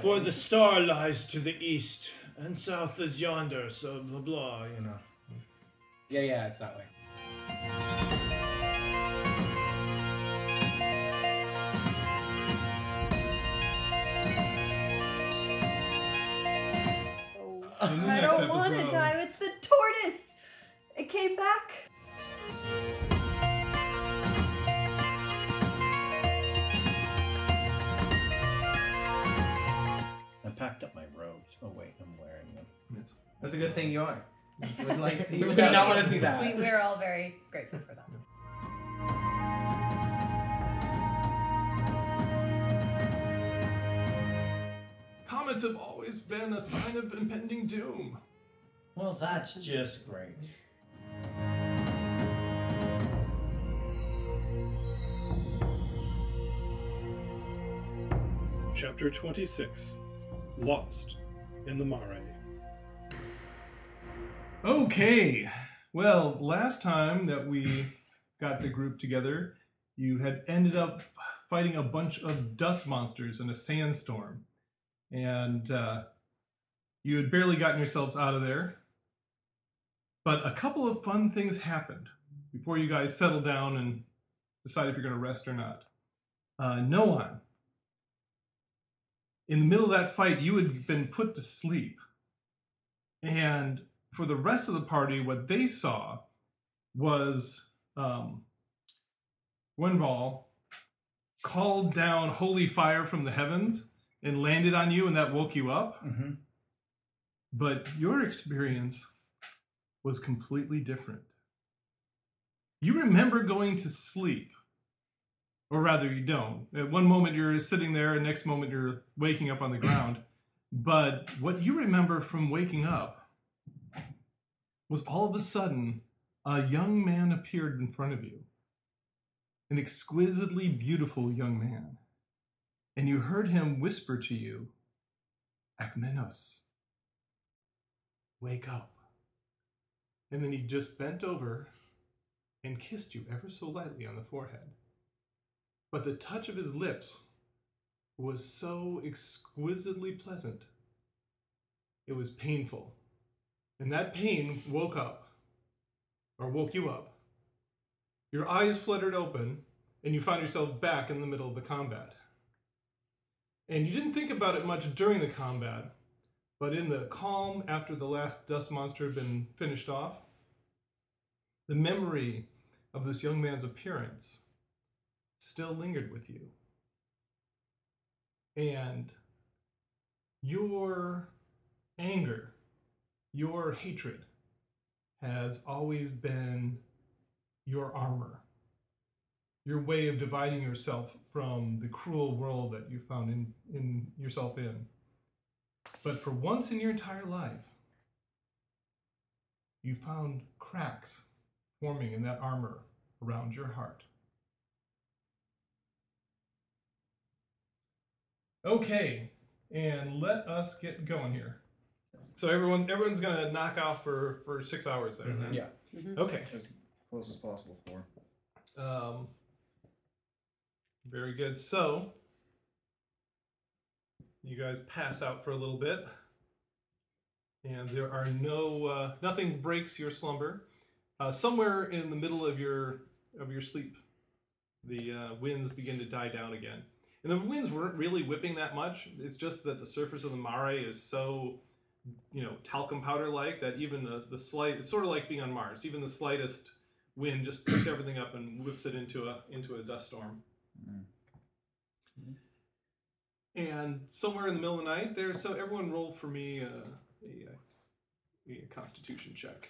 For the star lies to the east, and south is yonder, so blah blah, you know. Yeah, yeah, it's that way. Oh, I next don't want to episode. die. It's the tortoise. It came back. I packed up my robes. Oh wait, I'm wearing them. That's a good thing you are. You would like to see You would without not you. want to see that. We, we're all very grateful for that. Comets have always been a sign of impending doom. Well, that's just great. Chapter 26 Lost in the Mare. Okay. Well, last time that we got the group together, you had ended up fighting a bunch of dust monsters in a sandstorm. And uh, you had barely gotten yourselves out of there. But a couple of fun things happened before you guys settled down and decide if you're going to rest or not. Uh, Noan, in the middle of that fight, you had been put to sleep. And for the rest of the party, what they saw was um, Winval called down holy fire from the heavens and landed on you, and that woke you up. Mhm. But your experience was completely different. You remember going to sleep, or rather, you don't. At one moment, you're sitting there, and next moment, you're waking up on the ground. But what you remember from waking up was all of a sudden a young man appeared in front of you. An exquisitely beautiful young man. And you heard him whisper to you, Akmenos, wake up. And then he just bent over and kissed you ever so lightly on the forehead. But the touch of his lips was so exquisitely pleasant, it was painful. And that pain woke up, or woke you up. Your eyes fluttered open, and you found yourself back in the middle of the combat. And you didn't think about it much during the combat, but in the calm after the last dust monster had been finished off, the memory of this young man's appearance still lingered with you. And your anger your hatred has always been your armor, your way of dividing yourself from the cruel world that you found in, in yourself in. But for once in your entire life, you found cracks forming in that armor around your heart. Okay, and let us get going here. So everyone, everyone's gonna knock off for for six hours there. then? Mm-hmm. Yeah, Okay. as close as possible for. Um, very good. So you guys pass out for a little bit, and there are no uh, nothing breaks your slumber. Uh, somewhere in the middle of your of your sleep, the uh, winds begin to die down again, and the winds weren't really whipping that much. It's just that the surface of the mare is so you know talcum powder like that even the, the slight it's sort of like being on mars even the slightest wind just picks everything up and whips it into a into a dust storm. Mm-hmm. And somewhere in the middle of the night, there. So everyone, roll for me uh, a, a, a Constitution check.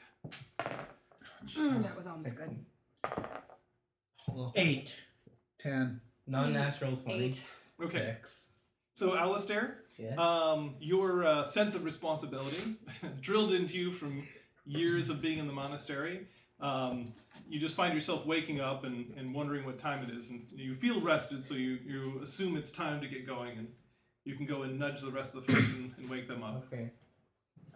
Mm, that was almost good. Eight. Ten. Non-natural twenty. Eight. Okay. Six. So Alistair, Yeah. um, your uh, sense of responsibility drilled into you from years of being in the monastery. Um, you just find yourself waking up and, and wondering what time it is, and you feel rested, so you, you assume it's time to get going, and you can go and nudge the rest of the folks and, and wake them up. Okay.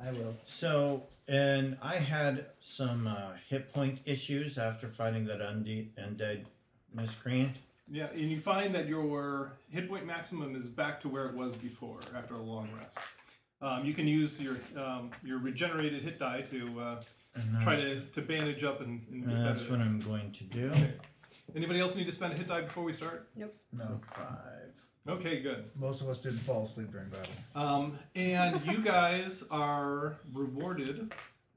I will. So, and I had some uh, hit point issues after fighting that unde- undead miscreant. Yeah, and you find that your hit point maximum is back to where it was before after a long rest. Um, you can use your um, your regenerated hit die to uh, And try that's- to, to bandage up and, and and get that's better. what I'm going to do. Anybody else need to spend a hit die before we start? No, Five. Okay, good. most of us didn't fall asleep during battle. Um, and you guys are rewarded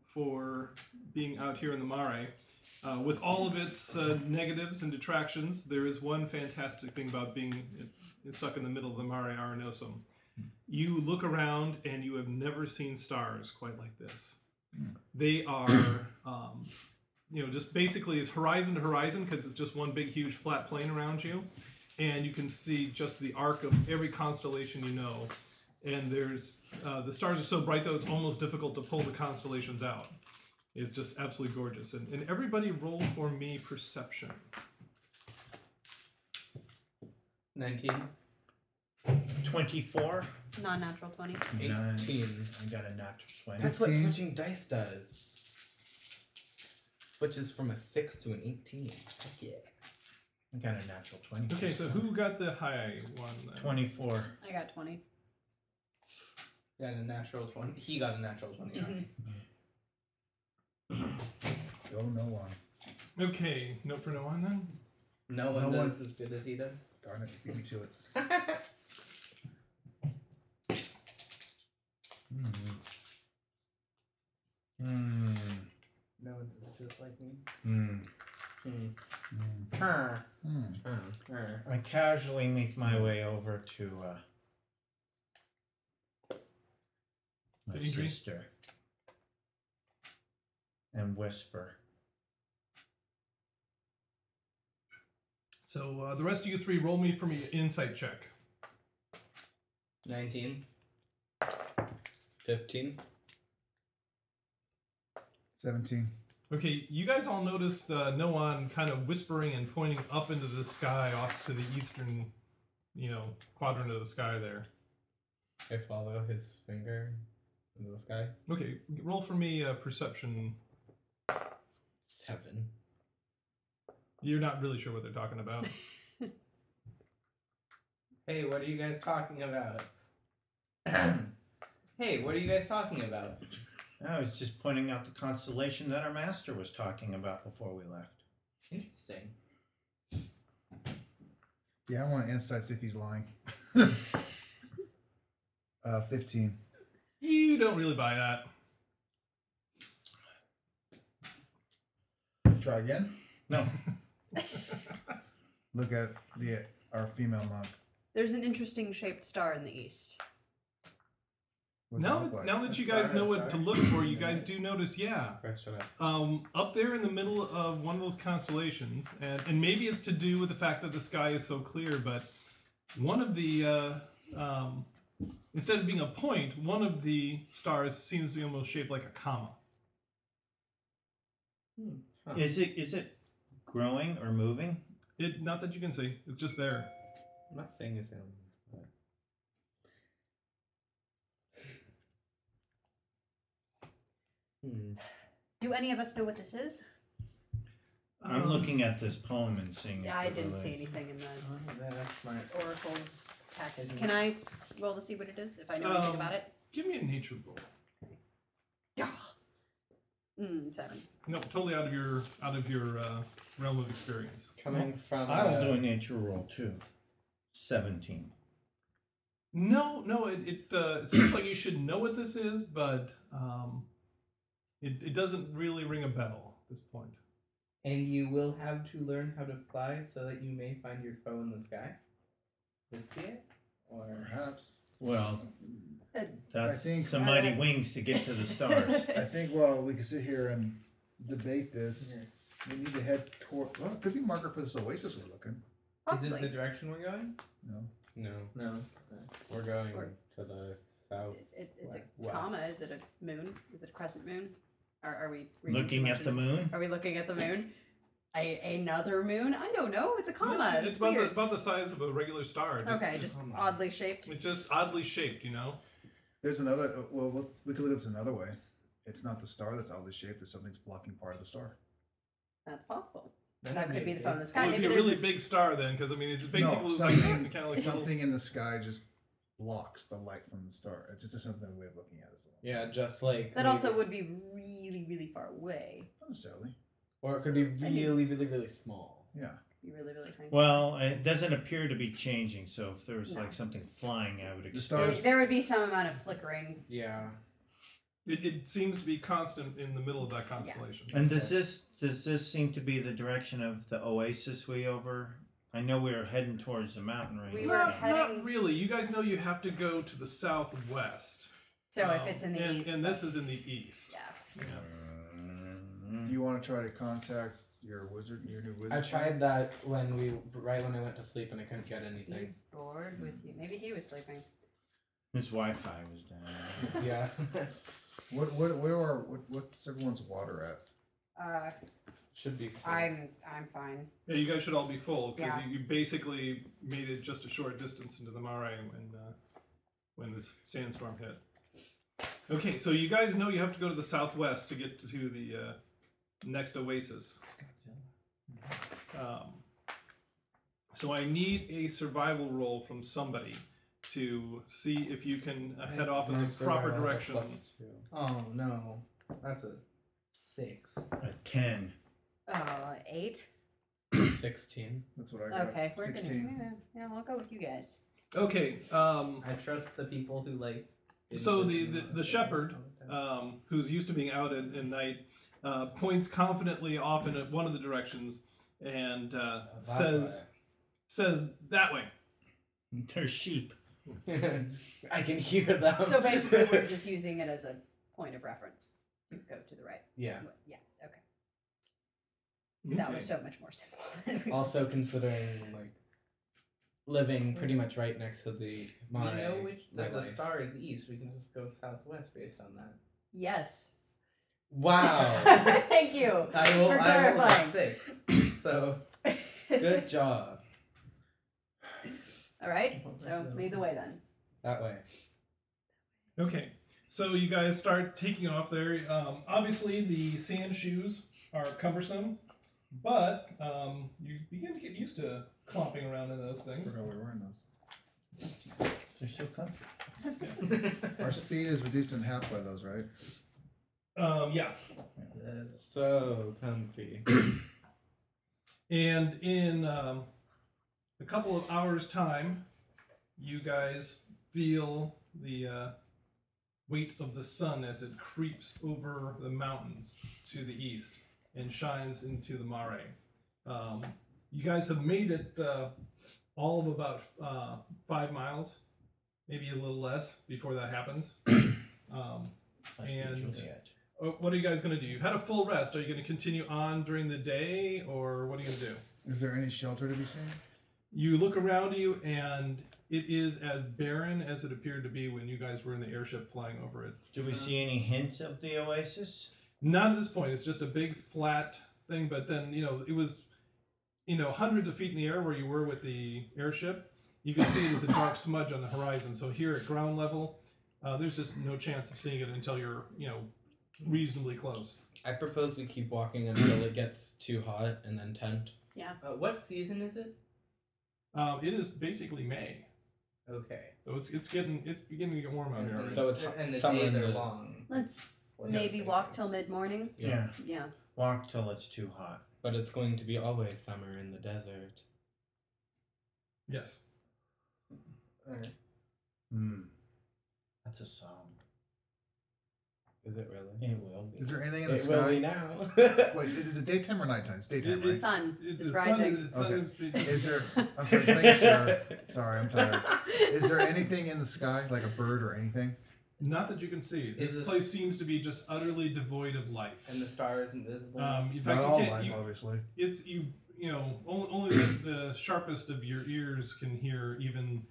for being out here in the Mare. Uh, with all of its uh, negatives and detractions, there is one fantastic thing about being i- stuck in the middle of the Mare Arenosum. You look around and you have never seen stars quite like this. They are, um, you know, just basically it's horizon to horizon because it's just one big, huge flat plane around you. And you can see just the arc of every constellation you know and there's uh, the stars are so bright though it's almost difficult to pull the constellations out. It's just absolutely gorgeous, and, and everybody roll for me perception. 19. 24. Non-natural twenty. 18. Nine. I got a natural 20. That's what 18. switching dice does. Switches from a 6 to an 18. Heck yeah. I got a natural 20. Okay, so who got the high one? then? 24. I got twenty. Got a natural 20. He got a natural 20. right? Go no one. Okay, no for no one then. No one No one- does as good as he does. Darn it, beat me to it. Hmm. No one does just like me. Hmm. Hmm. Mm. Huh. Hmm. Huh. I casually make my way over to uh, my Did you drink? sister and whisper. So uh, the rest of you three roll me for me an insight check. 19. 15. Seventeen. Okay, you guys all noticed uh, Noan kind of whispering and pointing up into the sky, off to the eastern, you know, quadrant of the sky there. I follow his finger into the sky. Okay, roll for me uh, perception. 7. You're not really sure what they're talking about. Hey, what are you guys talking about? hey, what are you guys talking about? I was Oh, just pointing out the constellation that our master was talking about before we left. Interesting. Yeah, I want insights if he's lying. uh, fifteen. You don't really buy that. Try again. No, Look at the our female monk. There's an interesting shaped star in the east. What's it now, look that, like? now that you Sorry, guys know what to sorry. look for, you guys do notice, yeah. Chris, shut up. Um, up there in the middle of one of those constellations, and, and maybe it's to do with the fact that the sky is so clear, but one of the, uh, um, instead of being a point, one of the stars seems to be almost shaped like a comma. is it is it growing or moving? It, not that you can see, it's just there. I'm not saying it's him. but- Hmm. Do any of us know what this is? I'm Um, looking at this poem and seeing. Yeah, if I it didn't see relates. anything in the Oh, yeah, that's smart. oracle's text. Uh-huh. Can I roll to see what it is if I know Um, anything about it? Give me a nature roll. Duh. Mm, seven. No, totally out of your out of your uh, realm of experience. Coming from. I will uh, do a nature roll too. Seventeen. No, no, it, it, uh, it seems like you should know what this is, but um, it, it doesn't really ring a bell at this point. And you will have to learn how to fly so that you may find your foe in the sky. This it? Or. Perhaps. Well, that's think- some mighty wings to get to the stars. I think while we can sit here and debate this, we need to head toward. Well, it could be marker for this oasis we're looking. Is it the Possibly. direction we're going? No. No. No. We're going to the south. It, it, it's a Wow. comma. Is it a moon? Is it a crescent moon? Or are we reading Looking too at much the into- moon. Are we looking at the moon? A, another moon? I don't know. It's a comma. it's about the, weird. about the size of a regular star. Just- Okay, just oddly shaped. It's just oddly shaped, you know. There's another. uh, Well, we'll- we could look at this another way. It's not the star that's oddly shaped. It's something's blocking part of the star. That's possible. That could be the phone in the sky. Well, it'd Maybe be a there's really a big s- star then, because I mean, it's basically No, like something, kind of like little- something in the sky just blocks the light from the star. It's just another way of looking at it. As well. Yeah, just like That we- also would be really, really far away. Not necessarily. or it could be I mean- really, really, really small. Yeah. Be really, really tiny. Well, it doesn't appear to be changing, so if there was No. like something flying, I would The expect. there, stars. there would be some amount of flickering. Yeah. It, it seems to be constant in the middle of that constellation. And does this does this seem to be the direction of the oasis we over? I know we were heading towards the mountain range. We were not, heading- not really. You guys know you have to go to the southwest. So if Um, it's in the and, east, and this that's- is in the east. yeah. Do you want to try to contact your wizard, your new wizard? Mm. I tried that when we right when I went to sleep and I couldn't get anything. He's bored with you. Maybe he was sleeping. His Wi-Fi was down. yeah. What what where are what, what's everyone's water at? Uh, Should be fine. I'm I'm fine. Yeah, you guys should all be full because Yeah. you, you basically made it just a short distance into the Mare when uh, when this sandstorm hit. Okay, so you guys know you have to go to the southwest to get to the uh, next oasis. Um, so I need a survival roll from somebody to see if you can uh, head off in My the proper survival has a direction. plus two. Oh no, that's a six. A ten. Uh, eight. Sixteen. That's what I got. Okay, we're 16 gonna. Yeah, yeah, we'll go with you guys. Okay, um, I trust the people who like. So the, the, the shepherd, um, who's used to being out at, at night, uh, points confidently off in a, one of the directions and uh, That says, "says that way." They're sheep. I can hear them. So basically, we're just using it as a point of reference. You go to the right. yeah. Yeah. Okay. That Okay. was so much more simple. than we- Also considering like living pretty much right next to the Monterey. we know which that the nightlife. star is east. We can just go southwest based on that. yes. Wow. Thank you. I will. For I will clarifying. six. So good job. All right. So lead the way then. That way. Okay, so you guys start taking off there. Um, obviously, the sand shoes are cumbersome, but um, you begin to get used to clomping around in those I things. forgot we were in those. They're so comfy. Our speed is reduced in half by those, right? Um, yeah, So comfy. And in um, a couple of hours' time, you guys feel the uh, weight of the sun as it creeps over the mountains to the east and shines into the mare. Um, you guys have made it uh, all of about uh, five miles, maybe a little less before that happens. um, And- Juliet. uh, what are you guys going to do? You've had a full rest. Are you going to continue on during the day, or what are you going to do? Is there any shelter to be seen? You look around you, and it is as barren as it appeared to be when you guys were in the airship flying over it. Do we see any hints of the oasis? Not at this point. It's just a big flat thing. But then you know it was, you know, hundreds of feet in the air where you were with the airship. You can see it as a dark smudge on the horizon. So here at ground level, uh, there's just no chance of seeing it until you're you know reasonably close. I propose we keep walking until it gets too hot and then tent. Uh, what season is it? Um, it is basically May, Okay. so it's it's getting it's beginning to get warm out here. already. Oh, So it's and the summer days in are the- long. Let's We're maybe just- walk till mid morning. Yeah. Yeah. Walk till it's too hot. But it's going to be always summer in the desert. yes. Hmm. That's a song. Is it really? It will be. Is there anything in the It will be sky? now. Wait, is it daytime or nighttime? It's daytime, It- right? it's- Sun it- is the sun rising. is- the sun is- Is there? I'm just making sure. Sorry, I'm tired. Is there anything in the sky, like a bird or anything? Not that you can see. This Is this- place seems to be just utterly devoid of life. And the star is invisible. um, in fact, you Not all can't- life, you- obviously. it's you. You know, only, only the, the sharpest of your ears can hear even,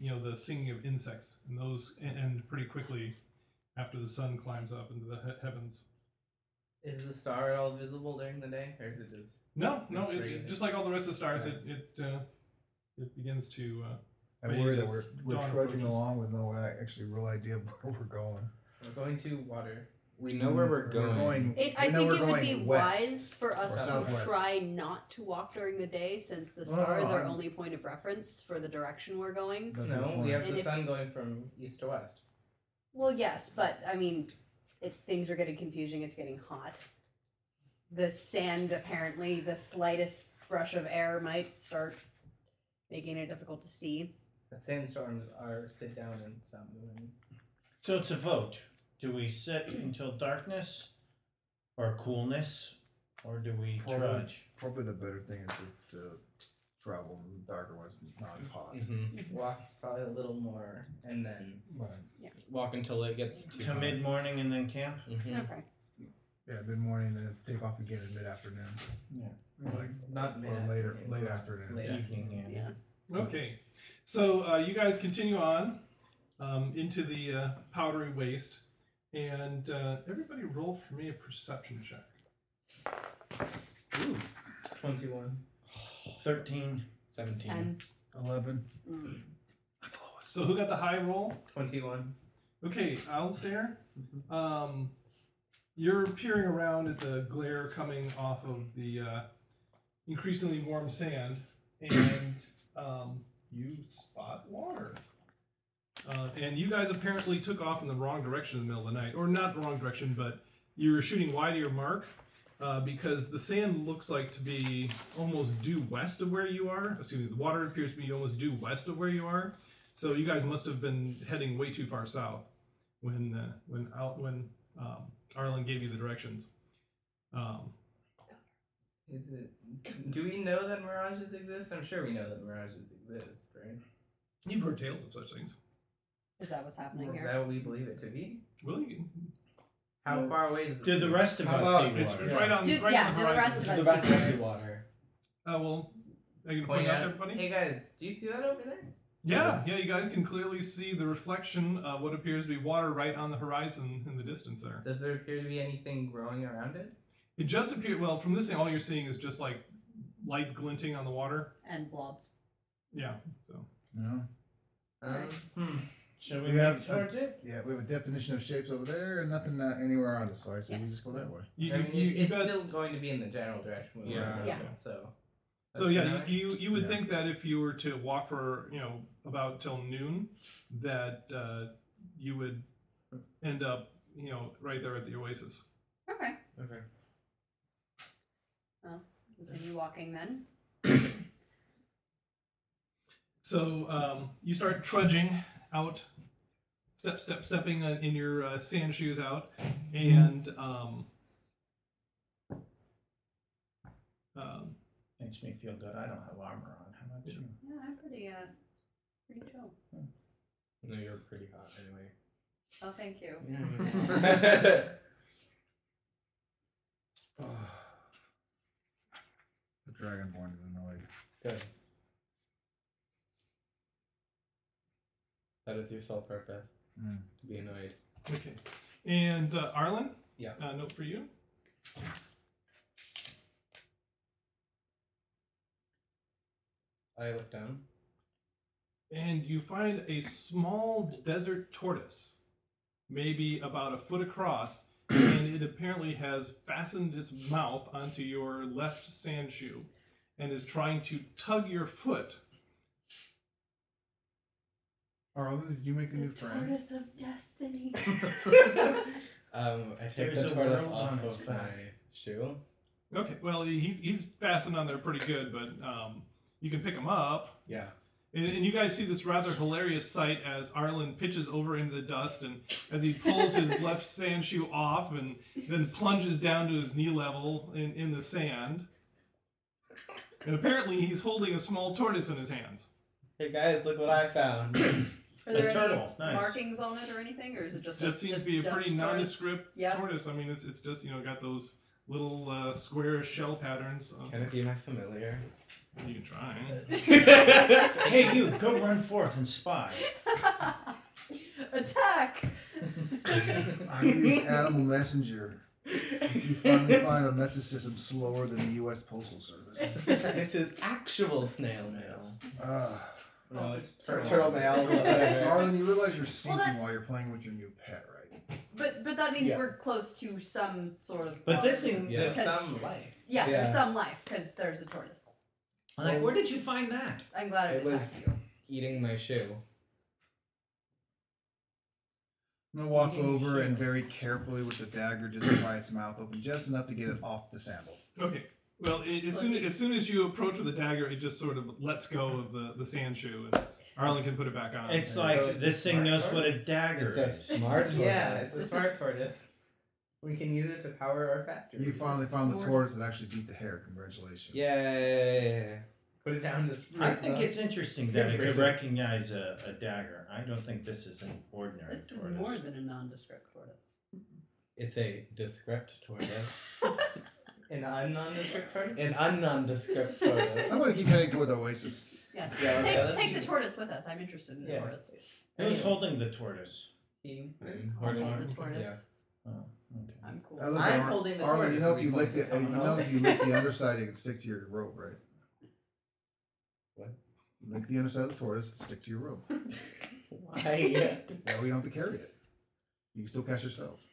you know, the singing of insects, and those e- end pretty quickly after the sun climbs up into the he- heavens. is the star at all visible during the day, or is it just? No, no, It's it, very- it- just like all the rest of the stars, it it, uh, it begins to. Uh, I Maybe worry that this we're, we're dawn trudging approaches. along with no ac- actually real idea of where we're going. We're going to water. We know where we're We're going. going. It, I we know think we're it would going be west. wise for us to Or southwest. try not to walk during the day since the Well, star is our I'm- only point of reference for the direction we're going. That's a good No, point. we have And the if- sun going from east to west. Well, yes, but I mean, it, things are getting confusing. It's getting hot. The sand, apparently, the slightest brush of air might start making it difficult to see. The sandstorms are sit down and stop moving. So it's a vote. Do we sit until darkness or coolness? Or do we Probably. trudge? Probably the better thing is to, to travel in the darker ones, not as hot. Mm-hmm. Walk probably a little more, and then Right. Walk until it gets too To hot. mid morning and then camp? Mhm. Okay. Yeah, mid morning, then take off again in mid afternoon. Like, not mid or later, late afternoon. Late Evening, yeah. Yeah. Okay, so uh, you guys continue on um, into the uh, powdery waste, and uh, everybody roll for me a perception check. Ooh, Twenty-one. 13. 17. Ten. Eleven. Mm. So who got the high roll? Twenty-one. Okay, Alistair, um, you're peering around at the glare coming off of the uh, increasingly warm sand, and um, you spot water. Uh, and you guys apparently took off in the wrong direction in the middle of the night, or not the wrong direction, but you were shooting wide of your mark uh, because the sand looks like to be almost due west of where you are. Excuse me, the water appears to be almost due west of where you are. So you guys must have been heading way too far south when uh, when out when um, Arlen gave you the directions. Um, Is it? Do we know that mirages exist? I'm sure we know that mirages exist, right? you've heard tales of such things. Is that what's happening Is here? that what we believe it to be? Will you? How Well, far away is it? Did the rest of How us about- see It's water? it's right on. Do- right yeah, on do the the horizon. rest of To the us. back of the water. Uh, well, are you gonna Point point out out- to everybody? Hey guys, do you see that over there? Yeah, yeah. You guys can clearly see the reflection of what appears to be water right on the horizon in the distance there. Does there appear to be anything growing around it? It just appears. Well, from this thing, all you're seeing is just like light glinting on the water. And blobs. Yeah. No. Um, Right. hmm. Should we We head have towards it? Yeah, uh, we have a definition of shapes over there and nothing uh, anywhere on it, so I say we Yes. just go that way. You, I you- mean, you- it's, you it's guys- still going to be in the general direction. we Yeah. were Yeah. going, So. So That's yeah, another- you, you you would Yeah. think that if you were to walk for you know about till noon, that uh, you would end up you know right there at the oasis. Okay. Okay. Continue walking then. So um, you start trudging out, step step stepping uh, in your uh, sand shoes out, and um, um, Makes me feel good. I don't have armor on. How about you? Yeah, I'm pretty, uh, pretty chill. No, you're pretty hot anyway. Oh, thank you. The dragonborn is annoyed. that is your sole purpose Mm. to be annoyed. okay, and uh, Arlen, Yeah. uh, note for you. I look down. and you find a small desert tortoise, maybe about a foot across, and it apparently has fastened its mouth onto your left sand shoe and is trying to tug your foot. Arlen, did you make a new friend? Tortoise of destiny. Um, I take There's the a tortoise worm off on its of my back. shoe. Okay, well, he's, he's fastened on there pretty good, but um, you can pick him up. Yeah. And, and you guys see this rather hilarious sight as Arlen pitches over into the dust and as he pulls his left sand shoe off and then plunges down to his knee level in, in the sand. And apparently he's holding a small tortoise in his hands. Hey guys, look what I found. Are A there turtle, any nice. markings on it or anything, or is it just just seems to be a dust pretty tortoise? nondescript Yeah. tortoise. I mean, it's, it's just, you know, got those little uh, square shell patterns. Uh, Can it be my familiar? You can try. Hey, you, go run forth and spy. Attack! I use Animal Messenger. You finally find a message system slower than the U.S. Postal Service. this is actual snail mail. Uh, No, it's turtle. turtle mail. Whatever. Arlen, you realize you're sinking that- while you're playing with your new pet, right? But but that means Yeah. we're close to some sort of. But this water. thing, Yeah. this Because- some life. Yeah, there's Yeah. some life because there's a tortoise. I'm like, where did you find that? I'm glad It I didn't talk was- to you. Eating my shoe. I'm gonna walk Eating over shit. and very carefully with the dagger just pry its mouth open just enough to get it off the sandal. Okay. Well, it, as soon as soon as you approach with the dagger, it just sort of lets go of the the sand shoe, and Arlen can put it back on. It's So like it's this thing smart knows what a tortoise. dagger It's a is. smart tortoise. Yeah, it's a smart tortoise. We can use it to power our factory. You finally found the Sword. tortoise that actually beat the hare. Congratulations. Yay. Put it down. Just I raise it think up. it's interesting that it Different. could recognize a, a dagger. I don't think this is an ordinary This is tortoise. more than a nondescript tortoise. It's a descript tortoise. an non-district tortoise. An unnondescript tortoise. I'm gonna keep heading toward the oasis. Yes. Yeah, okay, take let's take keep- the tortoise with us. I'm interested in the Yeah. tortoise. Who's Anyway. holding the tortoise? Eating Mm, this. hoarding- Hold the yeah. tortoise. Oh, okay. I'm cool. I look I'm at Ar- holding the Arlen, tortoise you know if if you we lick point the to someone you know else. if you lick the underside, it can stick to your rope, right? What? Lick the underside of the tortoise, it'll stick to your rope. Why? That way you don't have to carry it. You can still cast your spells.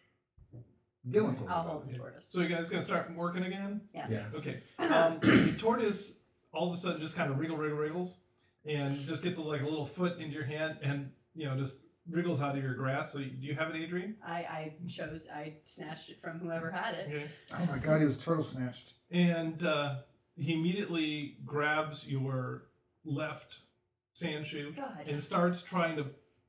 Gillen told me I'll about hold it. the tortoise. So you guys gonna start working again? Yes. Yeah. Okay. Um, the tortoise all of a sudden just kind of wriggle, wriggle, wriggles, and just gets like a little foot into your hand, and you know just wriggles out of your grasp. So you, do you have it, Adrian? I, I chose I snatched it from whoever had it. Okay. Oh my god, he was turtle snatched. And uh, he immediately grabs your left sand shoe God. and starts trying to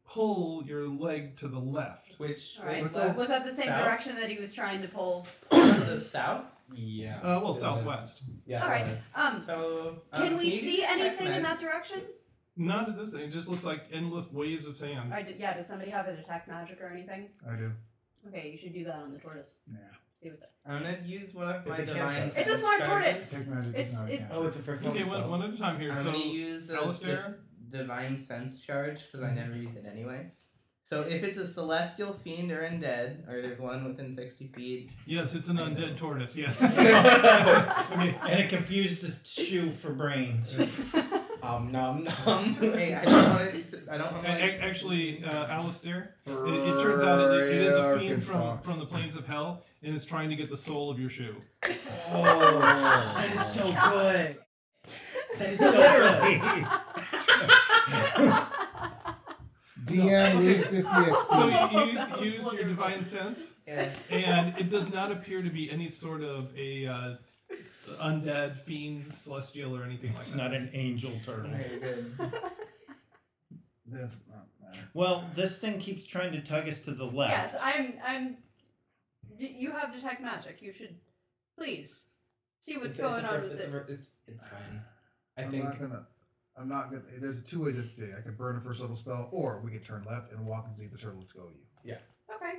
pull your leg to the left. Which All right. was What's up? Was that the same South? direction that he was trying to pull? the south. Yeah. Uh, well, it was. southwest. Yeah. Oh, uh, All it right. was. Um, So um, can we you see check anything in my- that direction? Not at this thing. It just looks like endless waves of sand. I d- yeah. Does somebody have a detect magic or anything? I do. Okay, you should do that on the tortoise. Yeah. See what's up. I'm gonna use one of It's my a divine. cantrip. It's a smart sense tortoise. Take magic. It's- no, it- Oh, it's the first Okay, one. one, one at a time here. I'm so gonna use a Alistair? div- divine sense charge because I never use it anyway. So if it's a celestial fiend or undead, or there's one within sixty feet, yes, it's an undead tortoise. Yes. okay. And it confused the shoe for brains. Um, nom nom. hey, I don't want it. I don't A- want a- it. actually, uh, Alistair, it, it turns out it, it is a fiend from, Arkansas. from the plains of hell, and it's trying to get the soul of your shoe. Oh. That is so good. That is DM leaves 50 XP. So you That was use, use your wonderful. divine sense, Yeah. and it does not appear to be any sort of a uh, undead fiend, celestial, or anything like It's that. not an angel turtle. Okay, good. That's not matter. Well, this thing keeps trying to tug us to the left. yes, I'm. I'm. D- you have detect magic. You should please see It's- what's it's going a on first- with it's it. a fir- It's, it's fine. I I'm think. Not gonna, I'm not gonna. There's two ways of doing it. I could burn a first level spell, or we could turn left and walk and see if the turtle lets go of you. Okay.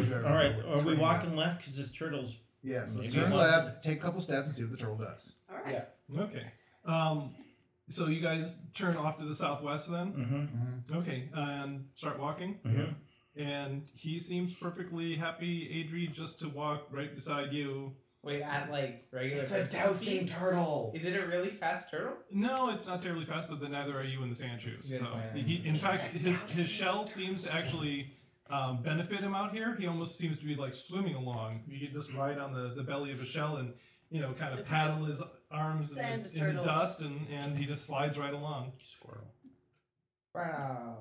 Whichever All right, would are we turn walking left. left because this turtle's Yes, let's Maybe turn walk. left, take a couple steps, and see what the turtle does. All right. Yeah. Okay. Um, so you guys turn off to the southwest then? mm-hmm. Okay, and start walking. Mhm. And he seems perfectly happy, Adri, just to walk right beside you. Wait, at like regular. It's a person dousing speed? turtle. Is it a really fast turtle? No, it's not terribly fast, but then neither are you in the sand shoes. Good So plan. he, in fact, his his shell seems to actually um, benefit him out here. He almost seems to be like swimming along. You can just ride on the, the belly of a shell and you know kind of paddle his arms in, Sand the- in the turtle. dust, and, and he just slides right along. squirrel. Wow.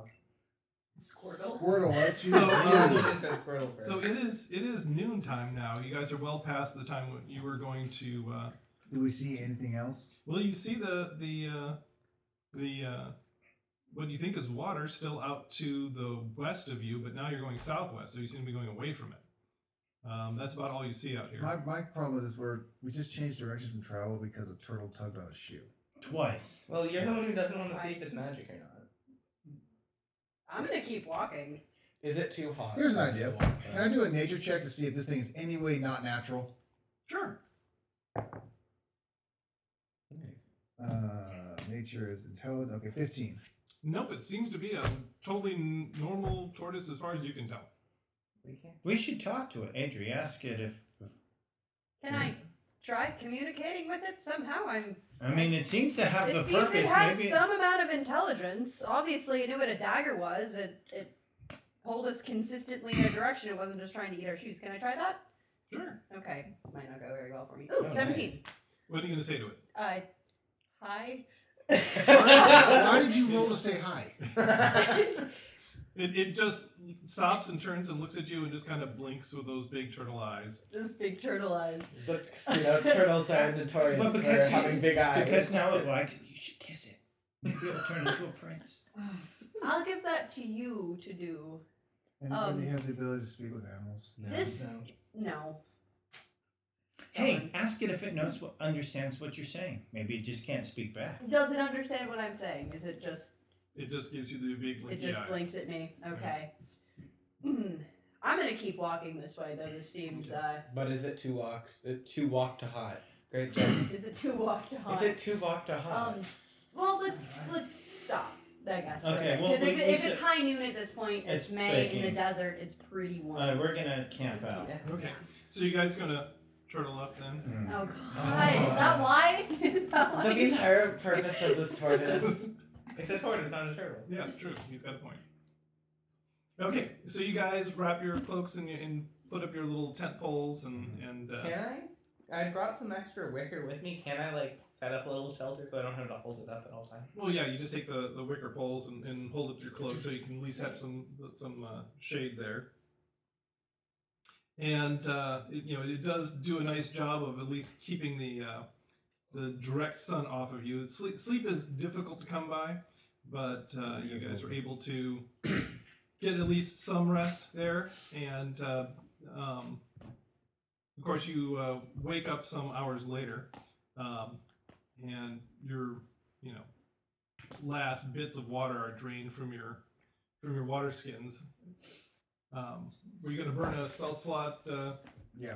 Squirtle. Squirtle, that's you. So, Yeah, um, you just said squirtle first. So it is it is noontime now. You guys are well past the time when you were going to. Uh, Do we see anything else? well, you see the the uh, the uh, what you think is water still out to the west of you, but now you're going southwest, so you seem to be going away from it. Um, that's about all you see out here. My, my problem is we're we just changed direction from travel because a turtle tugged on a shoe. Twice. well, you're the one who doesn't want to see if it's magic or not. I'm gonna keep walking. Is it too hot? Here's an idea. Yeah. Can I do a nature check to see if this thing is any way not natural? Sure. Uh, nature is intelligent. Okay, 15. Nope, it seems to be a totally n- normal tortoise as far as you can tell. We can't. We should talk to it, Adri. Ask it if. Can Mm-hmm. I try communicating with it somehow? I'm. I mean, it seems to have It the seems purpose. it has Maybe some amount of intelligence. Obviously, it knew what a dagger was. It it hold us consistently in a direction. It wasn't just trying to eat our shoes. Can I try that? Sure. Okay, this might not go very well for me. Ooh, Oh, 17. What are you gonna say to it? Uh, hi. Why did you roll to say hi? It, it just stops and turns and looks at you and just kind of blinks with those big turtle eyes. This big turtle eyes. But you know, turtles are notorious But for because you- having big eyes. Because now it likes it, you should kiss it. Maybe it'll turn into a prince. I'll give that to you to do. And Um, they have the ability to speak with animals. No, This- no. No. Hey, ask it if it knows what understands what you're saying. Maybe it just can't speak back. Does it understand what I'm saying? Is it just It just gives you the big it blinky just eyes. blinks at me? Okay. Hmm. I'm gonna keep walking this way though. This seems uh But is it too walk? uh, Too walk to hot. Great job. uh, is it too walk to is hot? it too walk to hot? Um well let's let's stop. I guess. Okay, well, Because we- if, it, we if said- it's high noon at this point, it's, It's May in the baking. desert. It's pretty warm. Uh, we're gonna camp out. Okay. So you guys gonna turtle up then? oh God! Is that why? Is that why? the entire purpose of this tortoise. it's a tortoise, not a turtle. Yeah, it's true. He's got a point. Okay, so you guys wrap your cloaks and, and put up your little tent poles and and uh, Can I? I brought some extra wicker with me. Can I like set up a little shelter so I don't have to hold it up at all times? well, yeah, you just take the, the wicker poles and, and hold up to your cloak so you can at least have some some uh, shade there. And uh, it, you know it does do a nice job of at least keeping the uh, the direct sun off of you. Sleep sleep is difficult to come by, but uh, you guys are able to get at least some rest there. And uh, um, of course, you uh, wake up some hours later, um, and your you know last bits of water are drained from your from your water skins. Um, were you going to burn a spell slot, uh, Yeah.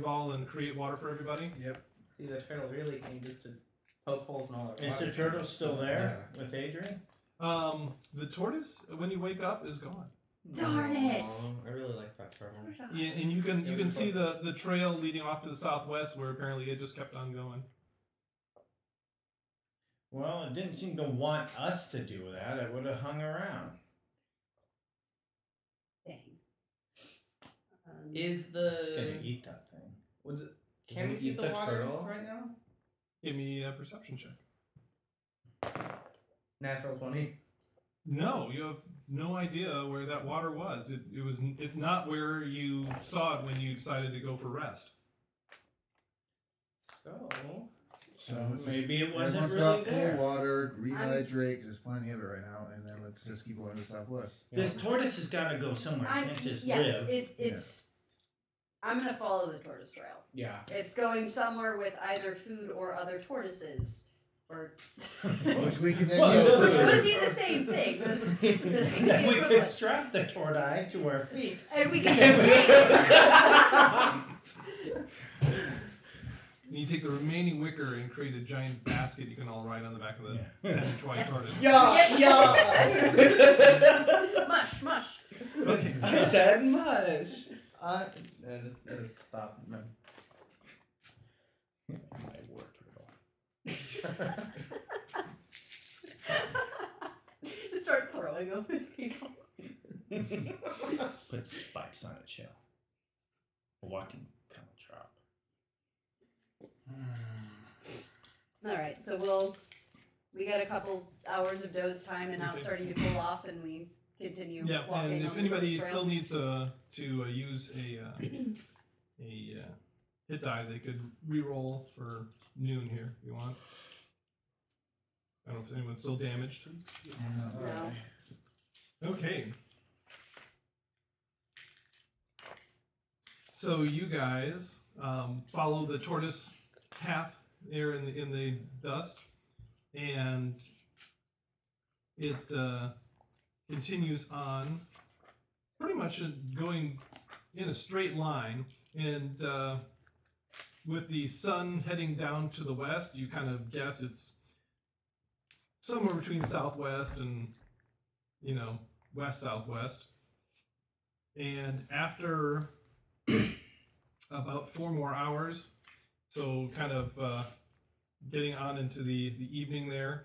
Ball, and create water for everybody? Yep. See, the turtle really came just to poke holes in all our Is the water. turtle still there with Adrian? Um, the tortoise, when you wake up, is gone. Darn it! I really like that turtle. Sort of. Yeah, and you can you It can was see the, the trail leading off to the southwest where apparently it just kept on going. Well, it didn't seem to want us to do that. I would have hung around. Dang. Um, Is It's gonna the eat that thing. was it, Did can we we see eat the, the water turtle? right now? Give me a perception check. Natural twenty. No, you have no idea where that water was. It, it was it's not where you saw it when you decided to go for rest. So So Uh, let's maybe it wasn't Everyone's really got cool there. water, rehydrate, 'cause there's plenty of it right now, and then let's just keep going to the southwest. This tortoise has got to go somewhere. It I'm, can't just yes, live. it, it's. I'm gonna follow the tortoise trail. Yeah. It's going somewhere with either food or other tortoises, or Which we can then Well, use it's which for- could be the same thing. This, this could be Then we could equivalent, strap the tortoise to our feet. and we can. And you take the remaining wicker and create a giant basket you can all ride on the back of the Yeah. ten twi Yes. tortoise. Yeah, yeah. mush, mush. Okay. I said much. uh, and, and stop. No. My word, turtle. Start throwing them at people. Put spikes on its shell. A walking caltrop. All right, so we'll we got a couple hours of doze time, and now it's starting to cool off, and we continue Yeah, walking and on if the anybody tortoise trail. still needs to to uh, use a uh, a uh, hit die, they could re-roll for noon here if you want. I don't know if anyone's still damaged. No. Okay. So you guys um, follow the tortoise path there in the in the dust, and it uh, continues on, pretty much going in a straight line, and uh, with the sun heading down to the west, you kind of guess it's somewhere between southwest and you know west southwest. And after about four more hours, so kind of uh, getting on into the, the evening there,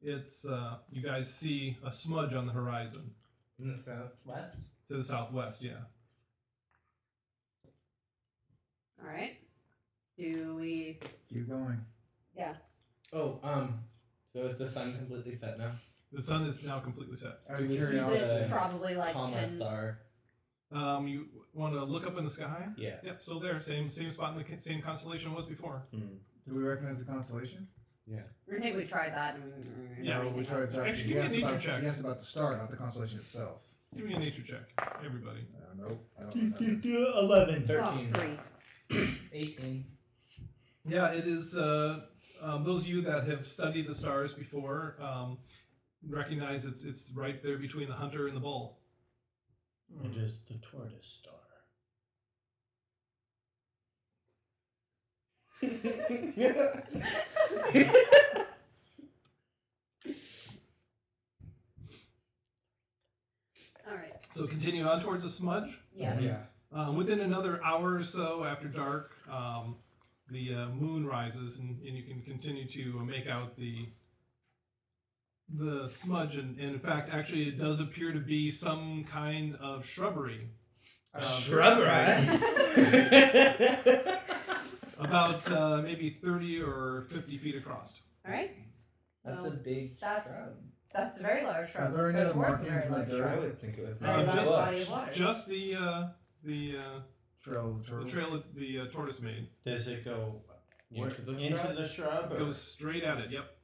it's uh, you guys see a smudge on the horizon. In the southwest? to the southwest. Yeah. All right. Do we? Keep going. Yeah. Oh, um, so is the sun completely set now? The sun is now completely set. Out of Do we see Is curiosity, it the probably like Kama ten? star? Um, you want to look up in the sky? Yeah. Yep, still there. Same same spot in the ca- same constellation it was before. do we recognize the constellation? I think we tried that. And we, Yeah, No, we tried that. Actually, He give me a asked nature about- check. He asked about the star, not the constellation itself. Give me a nature check, everybody. I don't know. I don't remember. Eleven. Oh, Thirteen. three. 18. Yeah, it is. Uh, um, those of you that have studied the stars before um, recognize it's it's right there between the hunter and the bull. It is the tortoise star. All right. So continue on towards the smudge. Yes. Um, within another hour or so after dark, um, the uh, moon rises, and, and you can continue to make out the the smudge. And, and in fact, actually, it does appear to be some kind of shrubbery uh, Shrubbery. about uh, maybe 30 or 50 feet across. All right. That's Well, a big that's- shrub. That's a very large Are shrub. there Let's any go other towards a very markings like large that? I shrub. would think it was Uh, Very large just- body bush. of water. Just the uh, the uh, Trail, of the turtle. trail that the uh, tortoise made Does it go Into the into shrub? the shrub? Or? goes straight at it. Yep.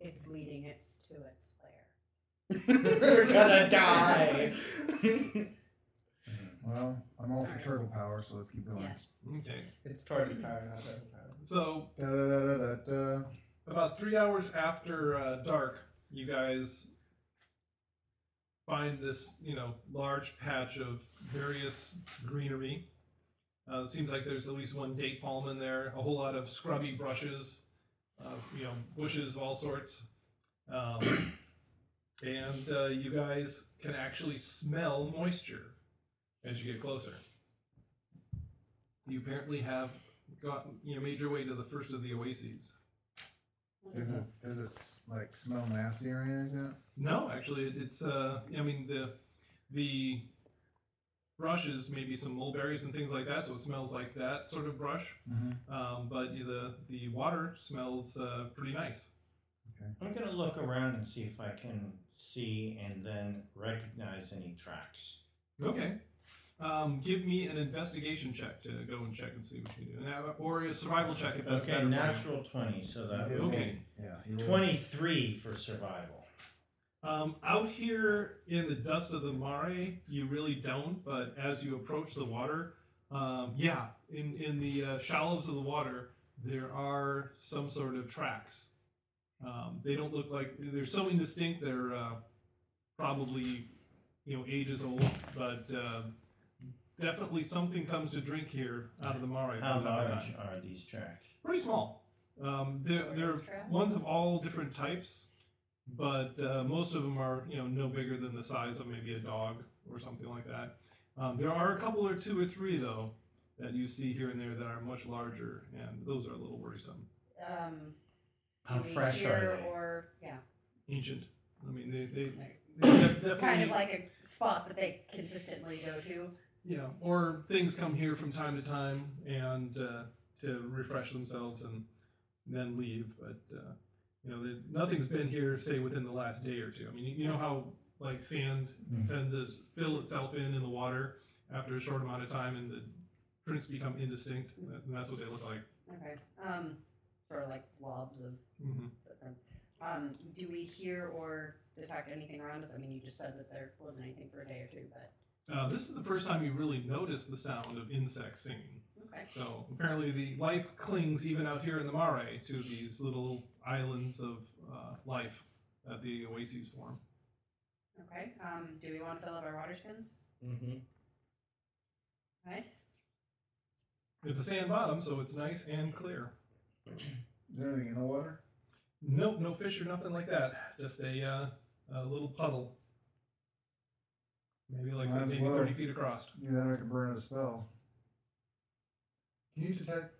It's leading it to its lair. We're gonna die. Well, I'm all for Alright. turtle power, so let's keep going. Yes. Okay. It's tortoise power, not turtle power. So Da da da da da. da. About three hours after uh, dark, you guys find this, you know, large patch of various greenery. Uh, it seems like there's at least one date palm in there, a whole lot of scrubby brushes, uh, you know, bushes of all sorts. Um, and uh, you guys can actually smell moisture as you get closer. You apparently have got, you know, made your way to the first of the oases. Does it does it s- like smell nasty or anything like that? No, actually, it- it's. Uh, I mean the the brushes, maybe some mulberries and things like that, so it smells like that sort of brush. Mm-hmm. Um, but the the water smells uh, pretty nice. I'm gonna look around and see if I can see and then recognize any tracks. Okay. Um, give me an investigation check to go and check and see what you do, Now, or a survival check if that's Okay, better. for you. natural twenty, so that You would did be Okay. Yeah. you rolled- twenty-three for survival. Um, out here in the dust of the mare, you really don't. But as you approach the water, um, yeah, in in the uh, shallows of the water, there are some sort of tracks. Um, they don't look like they're so indistinct. They're uh, probably you know ages old, but uh, definitely something comes to drink here out of the mare. How Oh, from time to large time. are these tracks? Pretty small. Um, they're, they're ones of all different types, but uh, most of them are you know no bigger than the size of maybe a dog or something like that. Um, there are a couple or two or three though that you see here and there that are much larger, and those are a little worrisome. Um, How do we fresh hear are they? Or yeah, Ancient. I mean, they they, they def- definitely kind of like a spot that they consistently go to. yeah. Or things come here from time to time and uh, to refresh themselves and then leave, but. Uh, you know, they, nothing's been here, say, within the last day or two. I mean, you, you know how like sand tend to s- fill itself in in the water after a short amount of time, and the prints become indistinct, and that's what they look like. Okay. Um, sort of like blobs of hmm footprints. Um, do we hear or detect anything around us? I mean, you just said that there wasn't anything for a day or two, but Uh, this is the first time you really notice the sound of insects singing. okay. So apparently, the life clings even out here in the mare to these little islands of uh, life that the oases form. Okay. Um, do we want to fill up our water skins? Mm-hmm. Right. It's a sand bottom, so it's nice and clear. Is there anything in the water? Nope, no fish or nothing like that. Just a, uh, a little puddle. Maybe like Might some, as maybe well. 30 feet across. Yeah, then I could burn a spell. Can you detect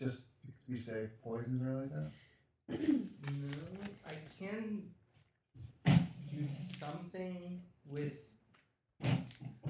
just to be safe poisons or anything like that? No, I can do something with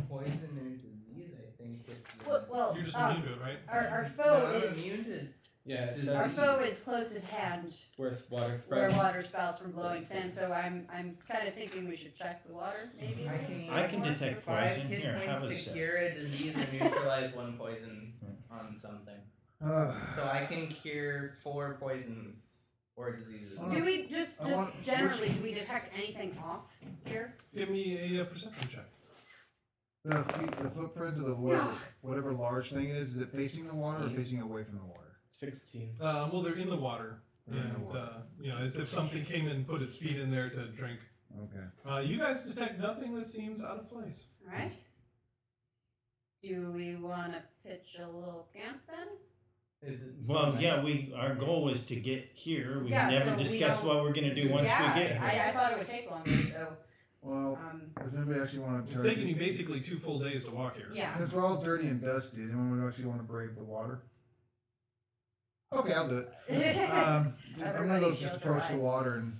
poison and disease, I think. With the, Well, well You're just um, immune to it, right? our, our No, foe I'm is immune to- Yeah, it Does our says fo- foe is close at hand worth water where spreads. water spouts from blowing sand. So I'm I'm kind of thinking we should check the water, maybe. I can, I can detect five poison. hit Here, points have a to sip. Hmm. cure a disease or neutralize one poison on something. So I can cure four poisons or diseases. I Do we just I just want- generally do we detect anything off here? Give me a uh, perception check. the, feet, the footprints of the whatever, whatever large thing it is, is it facing the water or facing away from the water? 16. Uh, well, they're in the water, They're in the and water. Uh, you know, as if something came and put its feet in there to drink. Okay. Uh, you guys detect nothing that seems out of place. All right. Do we want to pitch a little camp then? Is it Well, yeah, we our goal was to get here. We Yeah, never so we discussed don't- what we're gonna do once yeah, we get here. I, I thought it would take longer, so Well, um, does anybody actually want to It's turn? taking you basically two full days to walk here. yeah. Since we're all dirty and dusty, does anyone actually want to brave the water? Okay, I'll do it. Um, I'm gonna go Everybody's just joking approach the lies. water and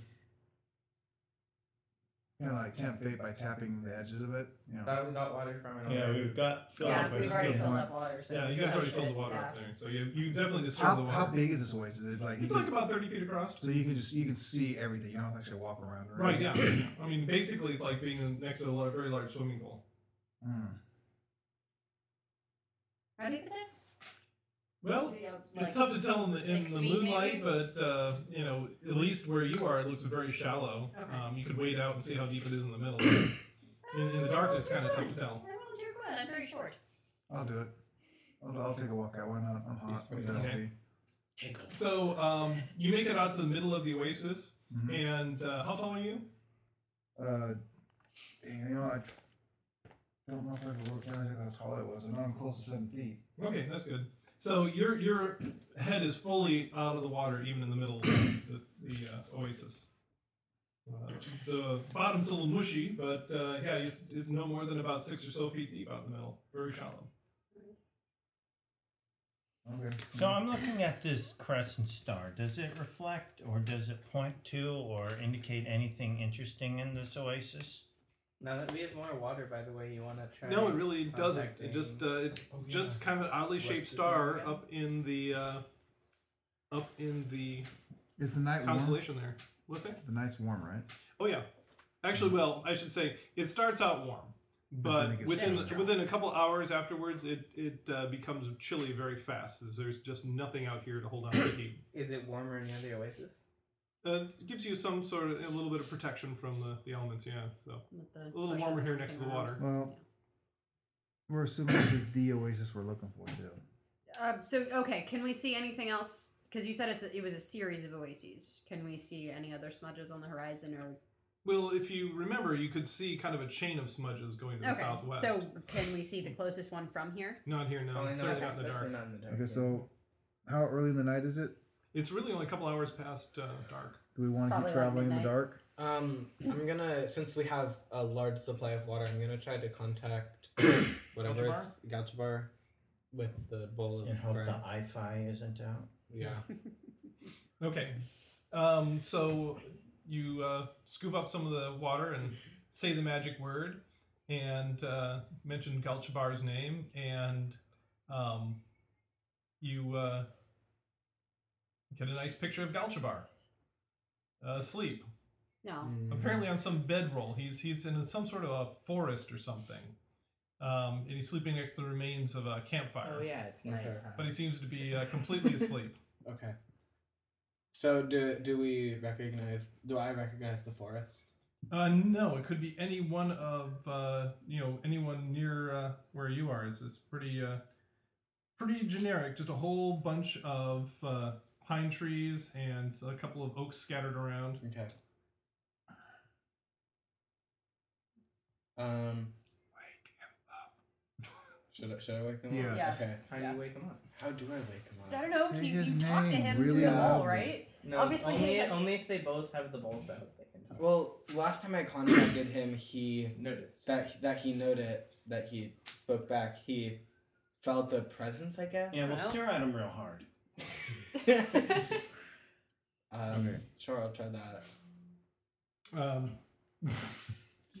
kind of like tempt fate by tapping the edges of it. You know. thought we got water from it Yeah, already. we've got filled yeah, up we've with already stuff. filled up water. So Yeah, you guys oh, already shit, filled the water yeah. up there, so you you definitely disturbed How, the how water. big is this oasis? Is it like, you It's can- like about thirty feet across. so you can just you can see everything. You don't have to actually walk around. or Right, yeah. anything. yeah. I mean, basically, it's like being next to a lar- very large swimming pool. Hmm. How deep is it? Well, Maybe, uh, it's like- tough to tell in the, in six the feet, moonlight, maybe? but uh, you know, at least where you are, it looks very shallow. Okay. Um, you could wade out and see how deep it is in the middle. in, in the Uh, dark, it's volunteer kind of tough run. to tell. I volunteer run. I'm very short. I'll do it. I'll, I'll take a walk out. Why not? I'm hot. I'm Okay. dusty. So um, you make it out to the middle of the oasis, Mhm. and uh, how tall are you? Uh, you know, I don't know if I ever worked out how tall I was. I know I'm close to seven feet. Okay, that's good. So your your head is fully out of the water, even in the middle of the, the uh, oasis. Uh, the bottom's a little mushy, but uh, yeah, it's, it's no more than about six or so feet deep out in the middle. Very shallow. Okay. So I'm looking at this crescent star. Does it reflect or does it point to or indicate anything interesting in this oasis? Now that we have more water, by the way, you want to try? No, it really doesn't. It contacting- just uh, it Oh, yeah. just kind of an oddly What's shaped his star name again? up in the uh, up in the Is the night warm? constellation there. What's that? The night's warm, right? Oh yeah. Actually, well, I should say it starts out warm, then it but gets within chilly. within a couple hours afterwards, it it uh, becomes chilly very fast. As there's just nothing out here to hold on to heat. Is it warmer near the oasis? Uh, it gives you some sort of a little bit of protection from the, the elements. Yeah, so With the a little warmer here next to the water. Well, we're assuming this is the oasis we're looking for too. Um, so okay, can we see anything else? Because you said it's a, it was a series of oases. Can we see any other smudges on the horizon or? Well, if you remember, you could see kind of a chain of smudges going to the Okay, southwest. so can we see the closest one from here? not here Oh, now. Probably Certainly not in not, the dark. especially not in the dark. Okay, so how early in the night is it? It's really only a couple hours past uh, dark. Do we It's want to probably like keep traveling in the midnight. dark? Um, I'm gonna, since we have a large supply of water, I'm gonna try to contact whatever is Gachabar with the bowl of And hope brine. the Wi-Fi isn't out. Yeah. Okay. Um, so you uh, scoop up some of the water and say the magic word and uh, mention Galchabar's name, and um, you uh, get a nice picture of Galchabar uh, asleep. No. Apparently on some bedroll. He's he's in some sort of a forest or something, um, and he's sleeping next to the remains of a campfire. Oh yeah, it's night. Okay. But he seems to be uh, completely asleep. Okay. So do do we recognize? Do I recognize the forest? Uh, no, it could be any one of uh, you know anyone near uh, where you are. It's, it's pretty uh, pretty generic. Just a whole bunch of uh, pine trees and a couple of oaks scattered around. Okay. Um. Should I, should I wake him up? Yes. Okay. How do you wake him up? How do I wake him up? I don't know. Say you his you talk to name him really through the bowl, loudly. right? No, Obviously, he only has- only if they both have the bowls out, they can help. Well, last time I contacted him, he Noticed. that that he noted that he spoke back. He felt a presence, I guess. Yeah, we'll Well. stare at him real hard. um, Okay. Sure, I'll try that. Um,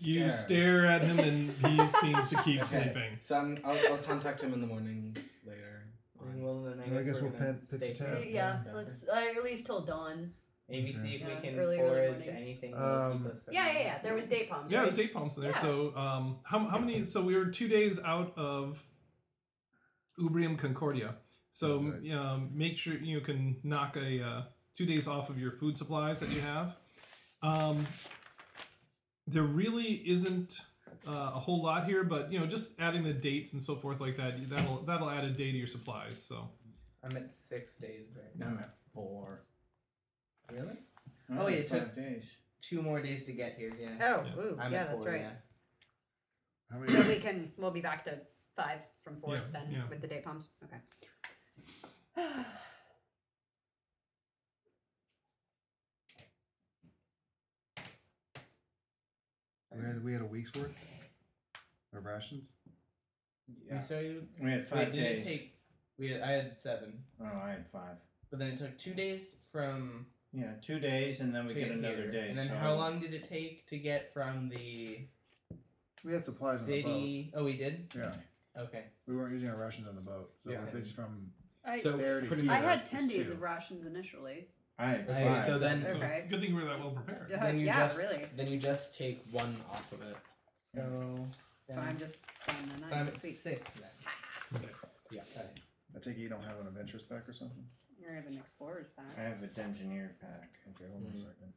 You stare at him and he seems to keep Okay. sleeping. So I'm, I'll, I'll contact him in the morning later. on. Well, then I Yeah, guess, I guess we're we'll gonna pan- pitch a stay tent. here. yeah, yeah. let's uh, at least till dawn. Maybe see if Yeah, we can early, early forage morning. anything. Um, Yeah, yeah, yeah. There was date palms. Yeah, right? there's date palms in there. Yeah. So um, how, how many? So we were two days out of Ubrium Concordia. So Okay. um, make sure you can knock a uh, two days off of your food supplies that you have. Um, there really isn't uh, a whole lot here, but you know, just adding the dates and so forth like that that'll that'll add a day to your supplies. So I'm at six days right No, now. I'm at four. Really? Oh, yeah, it it took- took days. Two more days to get here. Yeah. Oh, Yeah. ooh, I'm yeah, at that's four, right. yeah. How So many? we can we'll be back to five from four Yeah, then yeah. with the date palms. Okay. We had, we had a week's worth of rations. Yeah. We started. We had Wait, five did days. it take? We had, I had seven, Oh, I had five. but then it took two days from. Yeah, two days and then we to get another here. day. And then so how long did it take to get from the We had supplies on the boat. city? Oh, we did. Yeah, Okay. we weren't using our rations on the boat. So Yeah. we're basically from I, So there to pretty here much had is ten days two. of rations initially. I had Okay, five. so then- so Okay. good thing we were that well prepared. Yeah, Then you yeah, just, really. Then you just take one off of it. So. So I'm just on the so I'm nine. at Sweet. six then. Yeah. I take it you don't have an adventurous pack or something. You're having explorers I back. have a Dungeoneer pack. Okay, hold Mm-hmm. on a Mm. second.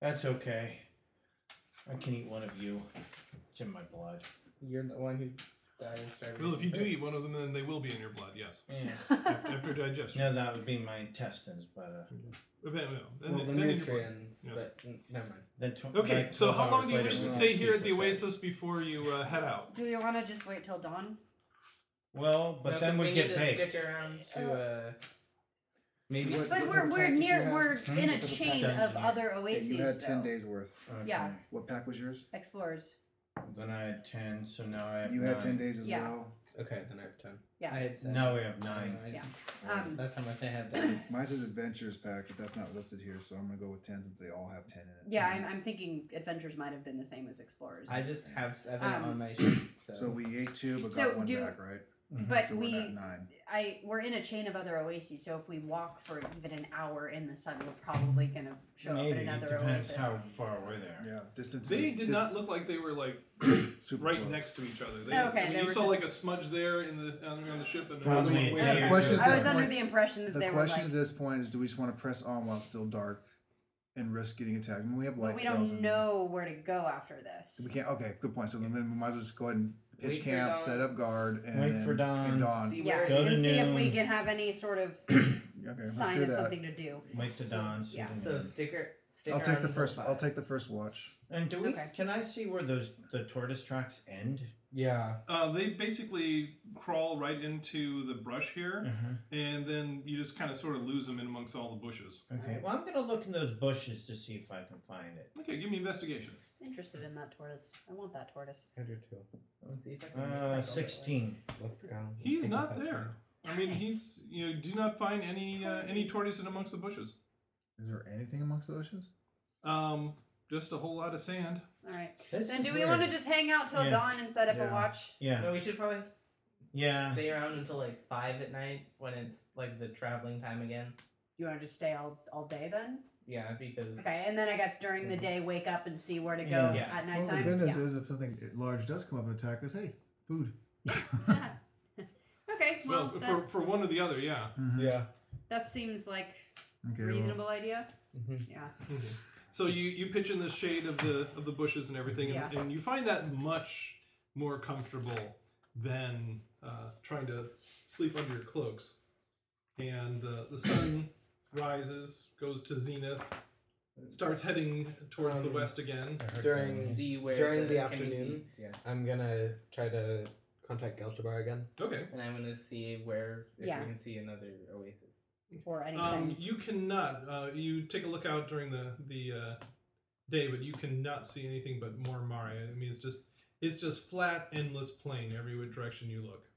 That's okay. I can eat one of you. It's in my blood. You're the one who died of starvation. Well, if you do eat first. one of them, then they will be in your blood. Yes, Yeah. after digestion. no, that would be my intestines, but uh, If- no, no, then- Well, the then in your blood. nutrients, Yes. but n- never mind. then tw- Okay, like so 12 how long hours do you later, wish to we'll stay sleep here at the with that. Oasis before you uh, head out? Do you want to just wait till dawn? Well, but No, then 'cause we get need baked. To stick around to uh, maybe. What- But what we're other we're pack did you near have? we're Hmm? in What a other chain pack? of other Yeah, oases. you had ten though. days worth. Okay. Yeah. What pack was yours? Explorers. Then I had ten, so now I have You had ten nine. days as Yeah. well. Okay, then I have ten. I had seven. Now we have I nine. don't know, I Yeah. just- Um, That's how much I had done. Mine says adventures pack, but that's not listed here, so I'm gonna go with ten since they all have ten in it. yeah, I'm, I'm thinking adventures might have been the same as explorers. I just have seven Um, on my sheet. So, So we ate two, but So got one do- back, right? but so we we're at nine. I we're in a chain of other oases, so if we walk for even an hour in the sun, we're probably gonna show up Maybe at it another depends oasis. how far away they are. Yeah, distance. They did is- dis- not look like they were like super right close. next to each other. Okay, They, I mean, they you were saw like a just- smudge there in the on, on the ship, and another Probably one a way day over or question- there. I this was under point- the impression that The they were question like, at this point is: Do we just want to press on while it's still dark and risk getting attacked? I mean, we have well, light we spells. don't and- know where to go after this. We can't. Okay, good point. So then we might as well just go ahead and pitch Wait for camp, dawn. set up guard, and Wait then- for dawn. and dawn. see Yeah, where Go and to see if we noon. can have any sort of Okay, let's sign do of that. something to do. Wait the dawn. see Yeah. the So moon. sticker. stick I'll take around the till first. I'll five. take the first watch. and do we? Okay. Can I see where those the tortoise tracks end? Yeah. Uh, they basically crawl right into the brush here, Mm-hmm. and then you just kind of sort of lose them in amongst all the bushes. Okay. Well, I'm gonna look in those bushes to see if I can find it. Okay, give me investigation. Interested in that tortoise. I want that tortoise. I do too. Let's see if I can make that Uh, go sixteen. Let's go. He's Take not this outside. there. I mean, Darn it. he's you know, do not find any uh, any tortoise in amongst the bushes. Is there anything amongst the oceans? Um, just a whole lot of sand. All right. This Then is do we want to weird. just hang out till Yeah. dawn and set up a Yeah. watch? that way. Yeah. No, we should probably Yeah. stay around until like five at night when it's like the traveling time again. You want to just stay all all day then? Yeah, because Okay, and then I guess during the day, wake up and see where to go Yeah. Yeah. at Well, nighttime. the good news yeah. is if something large does come up and attack us, hey, food. okay, well, Well, that, for for one or the other, yeah. Mhm. Yeah. that seems like Okay. well, reasonable idea. Mm-hmm. Mhm. Yeah. So you you pitch in the shade of the of the bushes and everything, and, Yeah. and you find that much more comfortable than uh, trying to sleep under your cloaks. And uh, the sun rises, goes to zenith, starts heading towards the Um, west again. During see where during the can we see- afternoon. Yeah. I'm gonna try to contact Gelchabar again. Okay. And I'm gonna see where if Yeah. we can see another oasis. Or anything. Um, you cannot. Uh, you take a look out during the the uh, day, but you cannot see anything but more Maria. I mean, it's just it's just flat, endless plain every which direction you look.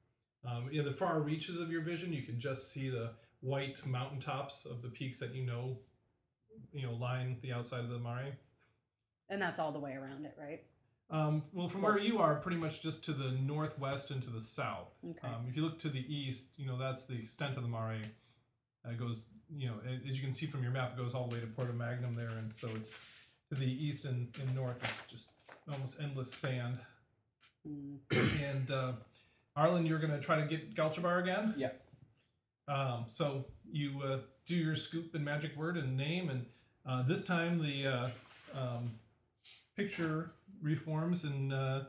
Um, in the far reaches of your vision, you can just see the white mountaintops of the peaks that you know, you know, line the outside of the Mare. and that's all the way around it, right? Um, well, from where you are, pretty much just to the northwest and to the south. Okay. Um, if you look to the east, you know that's the extent of the mare. Uh, it goes, you know, a- as you can see from your map, it goes all the way to Puerto Magnum there, and so it's to the east and, and north. It's just almost endless sand. Mm. and uh, Arlen, you're gonna try to get Galchabar again. Yeah. Um, so you uh, do your scoop and magic word and name, and uh, this time the uh, um, picture reforms, and uh,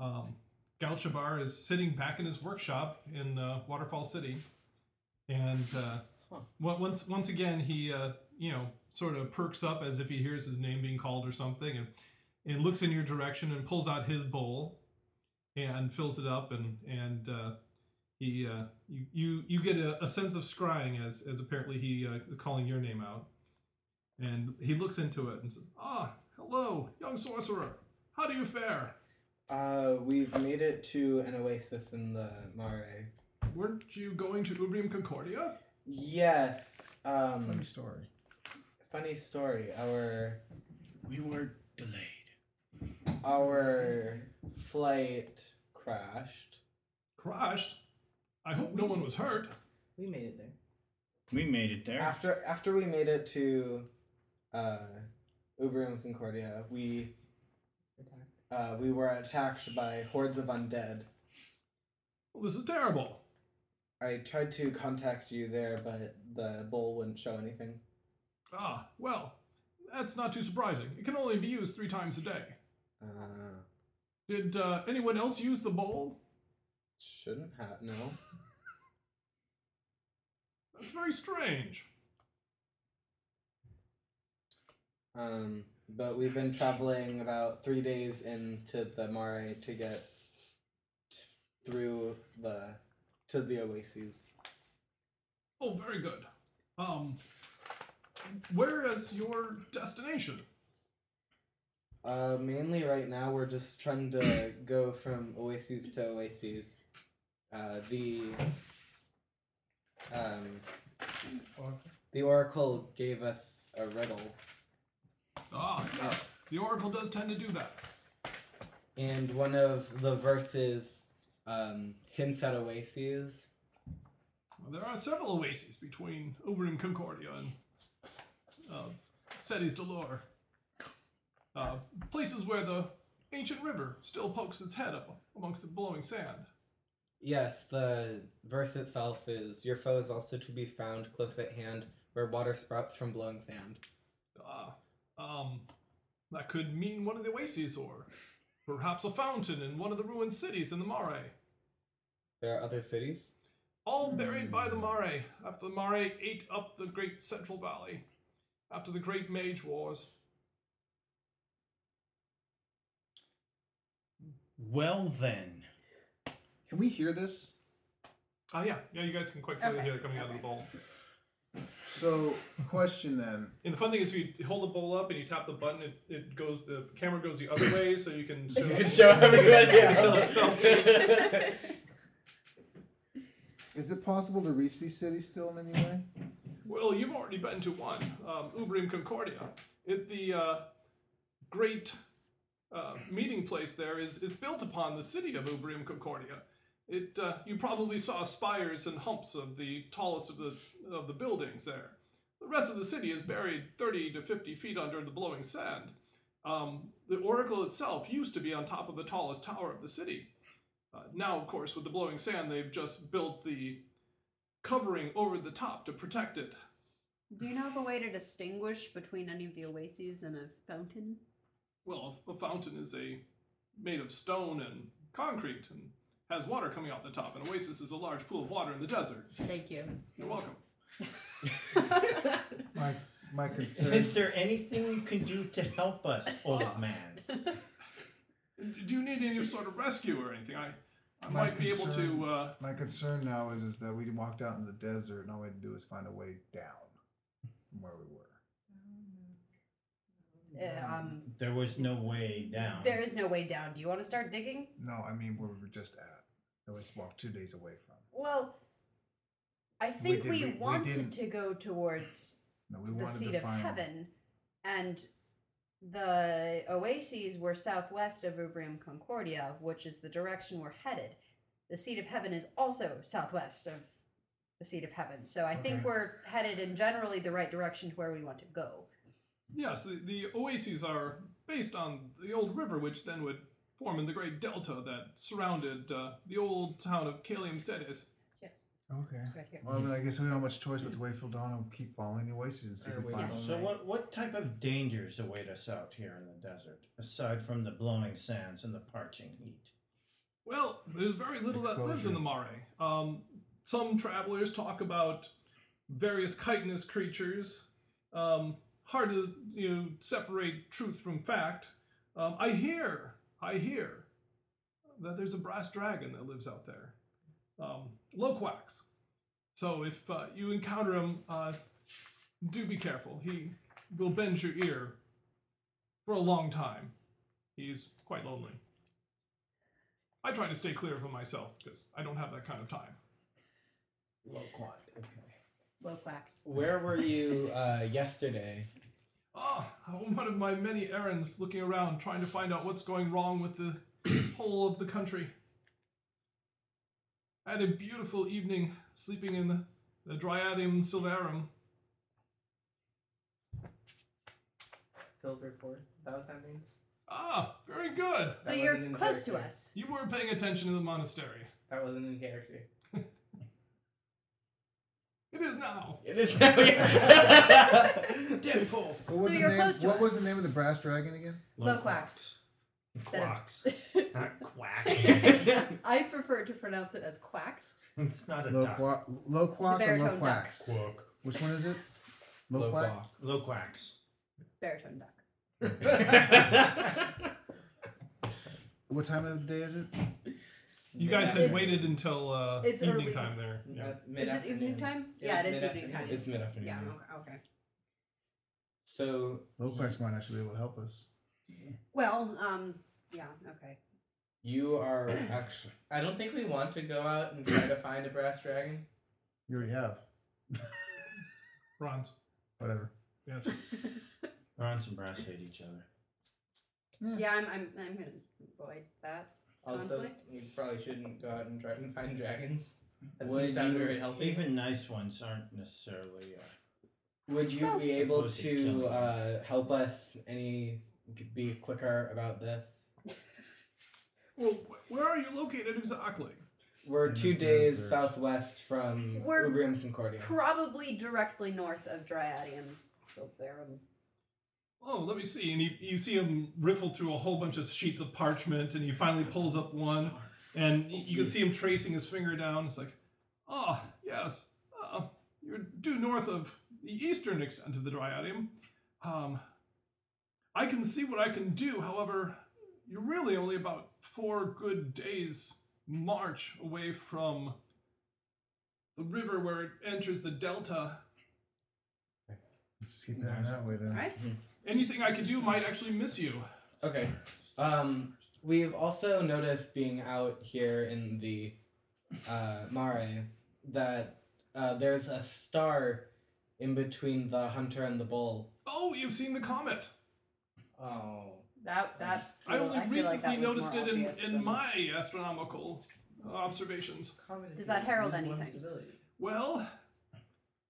um, Galchabar is sitting back in his workshop in uh, Waterfall City, and uh, on- once once again he uh, you know sort of perks up as if he hears his name being called or something, and and looks in your direction and pulls out his bowl and fills it up and and uh, he uh, you, you you get a, a sense of scrying as as apparently he uh, is calling your name out and he looks into it and says ah hello young sorcerer how do you fare Uh, we've made it to an oasis in the Mare. weren't you going to ubrium concordia Yes. Um, Funny story. funny story. Our We were delayed. our flight crashed. crashed i hope no one was hurt We made it there. We made it there. After after we made it to uh, Uber and Concordia, we uh, we were attacked by hordes of undead. well, this is terrible I tried to contact you there, but the bull wouldn't show anything. ah well that's not too surprising it can only be used three times a day Uh, did uh, anyone else use the bowl shouldn't have. No. that's very strange Um, but we've been traveling about three days into the Mare to get through the to the oases. Oh, very good. Um, where is your destination? Uh, mainly right now we're just trying to go from oases to oases. Uh, the um, the oracle gave us a riddle, Ah, yes, the oracle does tend to do that. and one of the verses um, hints at oases. Well, there are several oases between Uberim Concordia and uh, Setis Dolor. Uh, places where the ancient river still pokes its head up amongst the blowing sand. Yes, the verse itself is Your foe is also to be found close at hand, where water sprouts from blowing sand. Ah, um, that could mean one of the oases, or perhaps a fountain in one of the ruined cities in the Mare. There are other cities. all buried by the Mare after the Mare ate up the great Central Valley after the Great Mage Wars. Well then, Can we hear this? Oh yeah, yeah, you guys can quite clearly Okay, hear it coming out of the bowl. So, question then. And the fun thing is, if you hold the bowl up and you tap the button, it, it goes. The camera goes the other way, so you can. Show you can show everybody else. Is it possible to reach these cities still in any way? Well, you've already been to one, um, Ubrim Concordia. It, the uh, great uh, meeting place there is, is built upon the city of Ubrim Concordia. It, uh, you probably saw spires and humps of the tallest of the, of the buildings there. The rest of the city is buried 30 to 50 feet under the blowing sand. Um, the oracle itself used to be on top of the tallest tower of the city. Uh, now, of course, with the blowing sand, they've just built the covering over the top to protect it. Do you know of a way to distinguish between any of the oases and a fountain? Well, a, a fountain is a made of stone and concrete and has water coming out the top. An oasis is a large pool of water in the desert. Thank you. Um, You're welcome. My my concern. is there anything you can do to help us, old man? D- Do you need any sort of rescue or anything? I, I My might be able concern- to. Uh, My concern now is, is that we walked out in the desert and all we had to do is find a way down from where we were. um, There was no way down. there is no way down. Do you want to start digging? No, I mean where we were just at. That we walked two days away from. Well, I think did- we, we- we wanted didn't- to go towards No, we the wanted seat to of find heaven, and the oases were southwest of Ubrium Concordia, which is the direction we're headed. The seat of heaven is also southwest of the seat of heaven. So I think Okay. we're headed in generally the right direction to where we want to go. Yes, the, the oases are based on the old river, which then would form in the great delta that surrounded uh, the old town of Calium Sedes. Yes. Okay. Right here. Well, then I guess we don't have much choice but to wait for dawn and keep following the oasis and see if we Yeah. find them. So what what type of dangers await us out here in the desert aside from the blowing sands and the parching heat? Well, there's very little that lives in the Mare. Um, some travelers talk about various chitinous creatures. Um, hard to you know, separate truth from fact. Um, I hear, I hear that there's a brass dragon that lives out there. Um, Loquax. So if uh, you encounter him, uh, do be careful. He will bend your ear for a long time. He's quite lonely. I try to stay clear of him myself because I don't have that kind of time. Loquat. Low quacks. Where were you uh, yesterday? Ah, on one of my many errands looking around trying to find out what's going wrong with the whole of the country. I had a beautiful evening sleeping in the, the Dryadium Silvarum. Silver Force. Is that what that means? Ah, very good. So That you're wasn't in close to character. us. You were paying attention to the monastery. That wasn't in character. It is now. It is Deadpool. What was So the you're name- close to What us. was the name of the brass dragon again? Low quacks. Instead of- Quacks. Not quack. I prefer to pronounce it as quacks. it's not a duck. Loquac, Loquac or baritone duck. Loquax? Which one is it? Loquac? Loquac. Loquax. Baritone duck. What time of the day is it? You guys It- had waited until uh, it's evening early. time there. Yeah. Is it evening time? Yeah, it is evening time. It's mid afternoon. yeah, okay. okay. So Loquax might actually be able to help us. Well, um, yeah, okay. you are actually. I don't think we want to go out and try to find a brass dragon. You already have. Bronze. Whatever. Yes. Bronze and brass hate each other. Hmm. Yeah, I'm, I'm, I'm gonna avoid that. Also, Conflict? we probably shouldn't go out and try and find dragons. That Would doesn't sound you- very healthy. Even nice ones aren't necessarily. Uh, Would you be able Supposed to kill to me. uh, help us any be quicker about this? Well, wh- where are you located exactly? We're In two the days desert. southwest from We're- Ubrium Concordia. Probably directly north of Dryadium. So there, um, Oh, let me see. And you, you see him riffle through a whole bunch of sheets of parchment, and he finally pulls up one, and y- you can see him tracing his finger down. It's like, ah, yes, uh, you're due north of the eastern extent of the Dryadium. Um, I can see what I can do. However, you're really only about four good days march away from the river where it enters the delta. Just keep heading that way Hmm. then. alright? Anything I could do might actually miss you. Okay. Um, we've also noticed being out here in the uh, Mare that uh, there's a star in between the hunter and the bull. Oh, you've seen the comet. oh. That, that. I feel- only feel like recently that was noticed more it in, obvious in than- my astronomical observations. Comet Does that herald is one anything? stability. Well,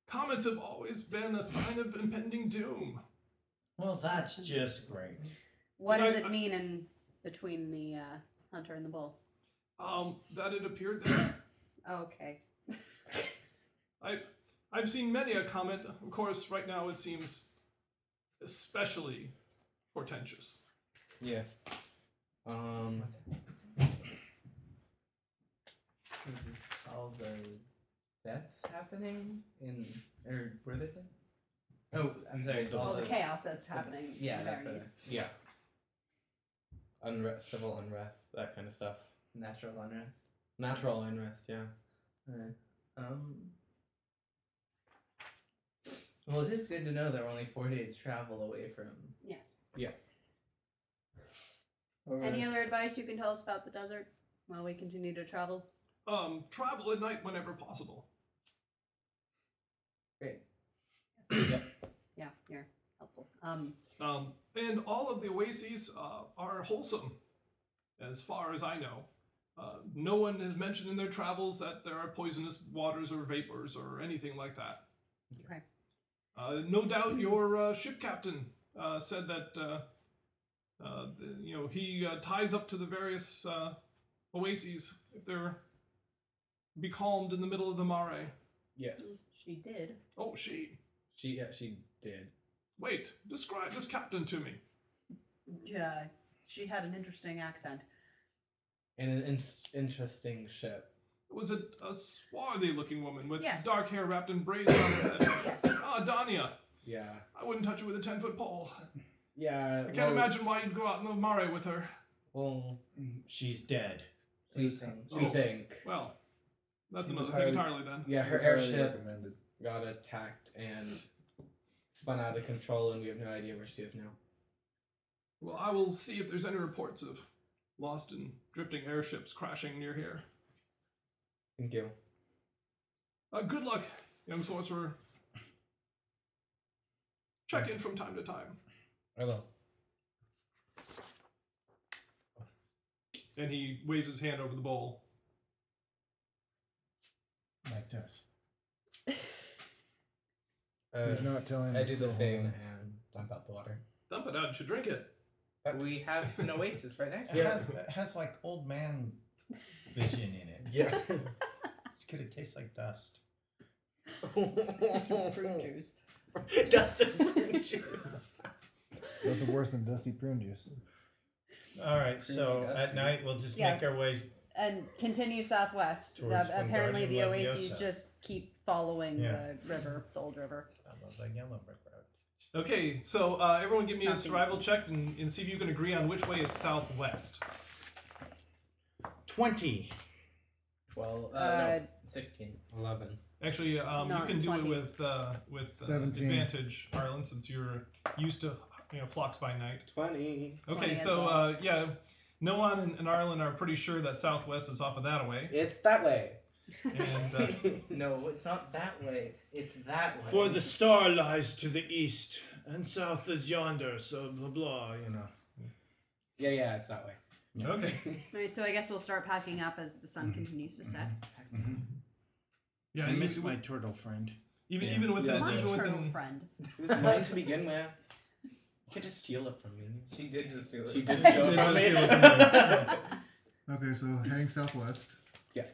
comets have always been a sign of impending doom. well, that's just great. What does I- it mean in between the, uh, hunter and the bull? Um, that it appeared that Okay. I, I've seen many a comet. Of course, right now it seems especially portentous. Yes. Um, All the deaths happening in or were they? dead? Oh, I'm sorry. The all All the the- chaos that's happening. in Yeah, that's Varys. yeah. Unrest, civil unrest, that kind of stuff. natural unrest. Natural unrest, yeah. Um. Well, it is good to know they're only four days travel away from. Yes. Or, Any other advice you can tell us about the desert while we continue to travel? Um, travel at night whenever possible. Yeah, you're helpful. Um, Um, and all of the oases uh, are wholesome, as far as I know. Uh, no one has mentioned in their travels that there are poisonous waters or vapors or anything like that. Okay. Uh, no doubt your uh, ship captain uh, said that uh, uh, the, you know he uh, ties up to the various uh, oases if they're becalmed in the middle of the mare. Yes. She did. Oh, she. She yeah, she did. Wait, describe this captain to me. Yeah. She had an interesting accent. And an in- interesting ship. It was a, a swarthy looking woman with Yes. dark hair wrapped in braids around her head. Yes. Ah, Dania. Yeah. I wouldn't touch her with a 10 foot pole. Yeah. I can't imagine why you'd go out in the mare with her. Well, She's dead. we, we Oh. think. Well, that's She was another thing highly- entirely then. Yeah, her Entirely airship recommended. got attacked and spun out of control, and we have no idea where she is now. Well, I will see if there's any reports of lost and drifting airships crashing near here. Thank you. Uh, good luck, young sorcerer. Check in from time to time. I will. And he waves his hand over the bowl. Like this. Uh, He's not telling. I us do the still. same and dump out the water. Dump it out, you should drink it. We have an oasis right next to It us. has, it has like old man vision in it. Yeah. It's gonna taste like dust. Fruit juice. Nothing worse than dusty prune juice. All right, so dust at night we'll just Yes. make our way. And continue southwest. Towards Uh, Wingardium apparently, the oases Leviosa. just keep following Yeah. the river, the old river. I love the yellow brick road. Okay, so uh, everyone give me a Nothing. survival check and, and see if you can agree on which way is southwest. Twenty. Well, uh, Uh, no, 16. 11. Actually, um, you Not can do 20. it with uh, with uh, 17. advantage, Harlan, since you're used to you know flocks by night. 20. Okay, 20 as so well. uh, yeah, Noan and, and Arlen are pretty sure that Southwest is off of that way, It's that way. and uh, No, it's not that way. It's that way. For the star lies to the east, and south is yonder, so blah blah, you know. yeah, yeah, it's that way. okay, Right, so I guess we'll start packing up as the sun Mm-hmm. continues to set. yeah, I and miss even- my turtle friend. even yeah. even with Yeah. that, My even with turtle an- friend. It was mine to begin with. You could just steal it from me. She did just do it. She did She steal did it from me. steal Okay, so heading southwest.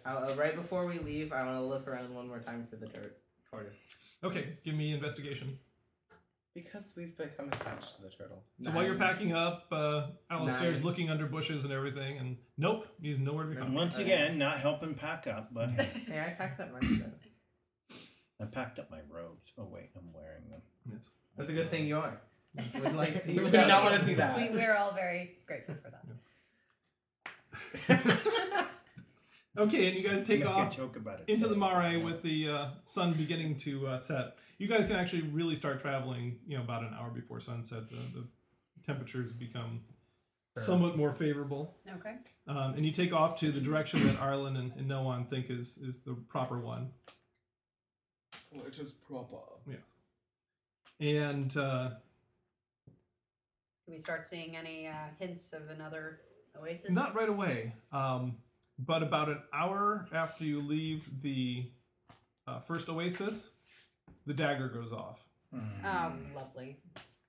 Uh, right before we leave, I want to look around one more time for the dirt tortoise okay, give me investigation. because we've become attached to the turtle. So while you're Nine. packing up, uh, Alistair's Nine. looking under bushes and everything, and nope, he's nowhere to be And found. once again, not helping pack up, but hey, Hey, I packed up my stuff. I packed up my robes. Oh wait, I'm wearing them. Yes. That's a good thing you are. Would like see You you would without not it. want to see We, that. we're all very grateful for that. Okay, and you guys take Make a off joke about it. into the mare with the uh, sun beginning to uh, set. You guys can actually really start traveling, you know, about an hour before sunset. The, the temperatures become somewhat more favorable. Okay. Um, and you take off to the direction that Arlen and, and Noan think is, is the proper one. Which is proper. And uh, Do we start seeing any uh, hints of another oasis? not right away, um, but about an hour after you leave the uh, first oasis, the dagger goes off. Oh, lovely.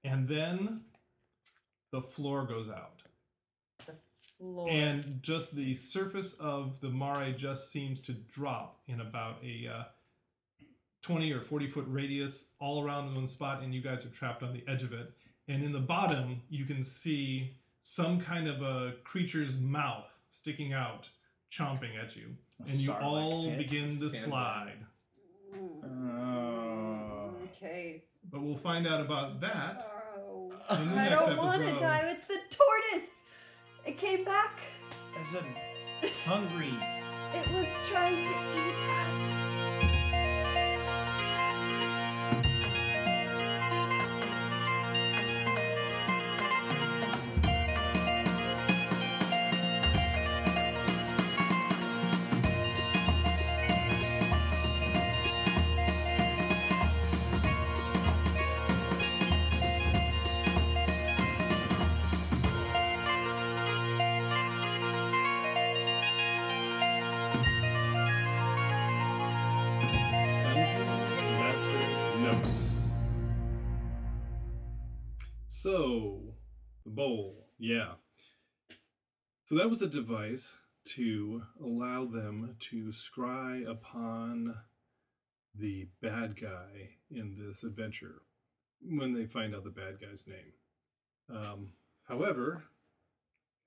And then the floor goes out. The floor. and just the surface of the mare just seems to drop in about a uh, 20 or 40 foot radius all around in one spot and you guys are trapped on the edge of it and in the bottom you can see some kind of a creature's mouth sticking out chomping at you and you Sarlacc all pit. begin to Sandworm. slide Oh. okay. but we'll find out about that Oh. in the I next don't want to episode. die. It's the tortoise. It came back. As a hungry It was trying to eat us. So, the bowl, yeah. So that was a device to allow them to scry upon the bad guy in this adventure when they find out the bad guy's name. Um, however,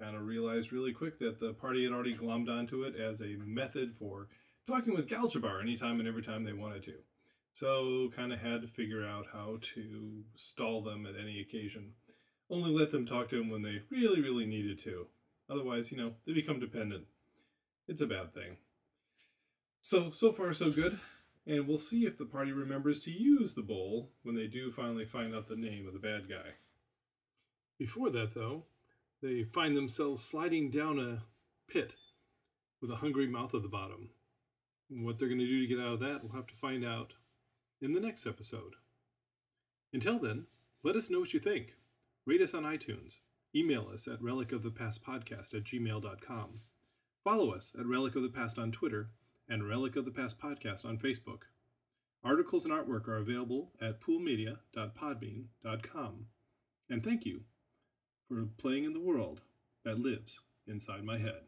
kind of realized really quick that the party had already glommed onto it as a method for talking with Galchabar anytime and every time they wanted to. So, kind of had to figure out how to stall them at any occasion. Only let them talk to him when they really, really needed to. Otherwise, you know, they become dependent. It's a bad thing. So, so far, so good. And we'll see if the party remembers to use the bowl when they do finally find out the name of the bad guy. Before that, though, they find themselves sliding down a pit with a hungry mouth at the bottom. What they're going to do to get out of that, we'll have to find out in the next episode. Until then, let us know what you think. Rate us on iTunes. Email us at relicofthepastpodcast at gmail.com. Follow us at Relic of the Past on Twitter and Relic of the Past Podcast on Facebook. Articles and artwork are available at poolmedia.podbean.com. And thank you for playing in the world that lives inside my head.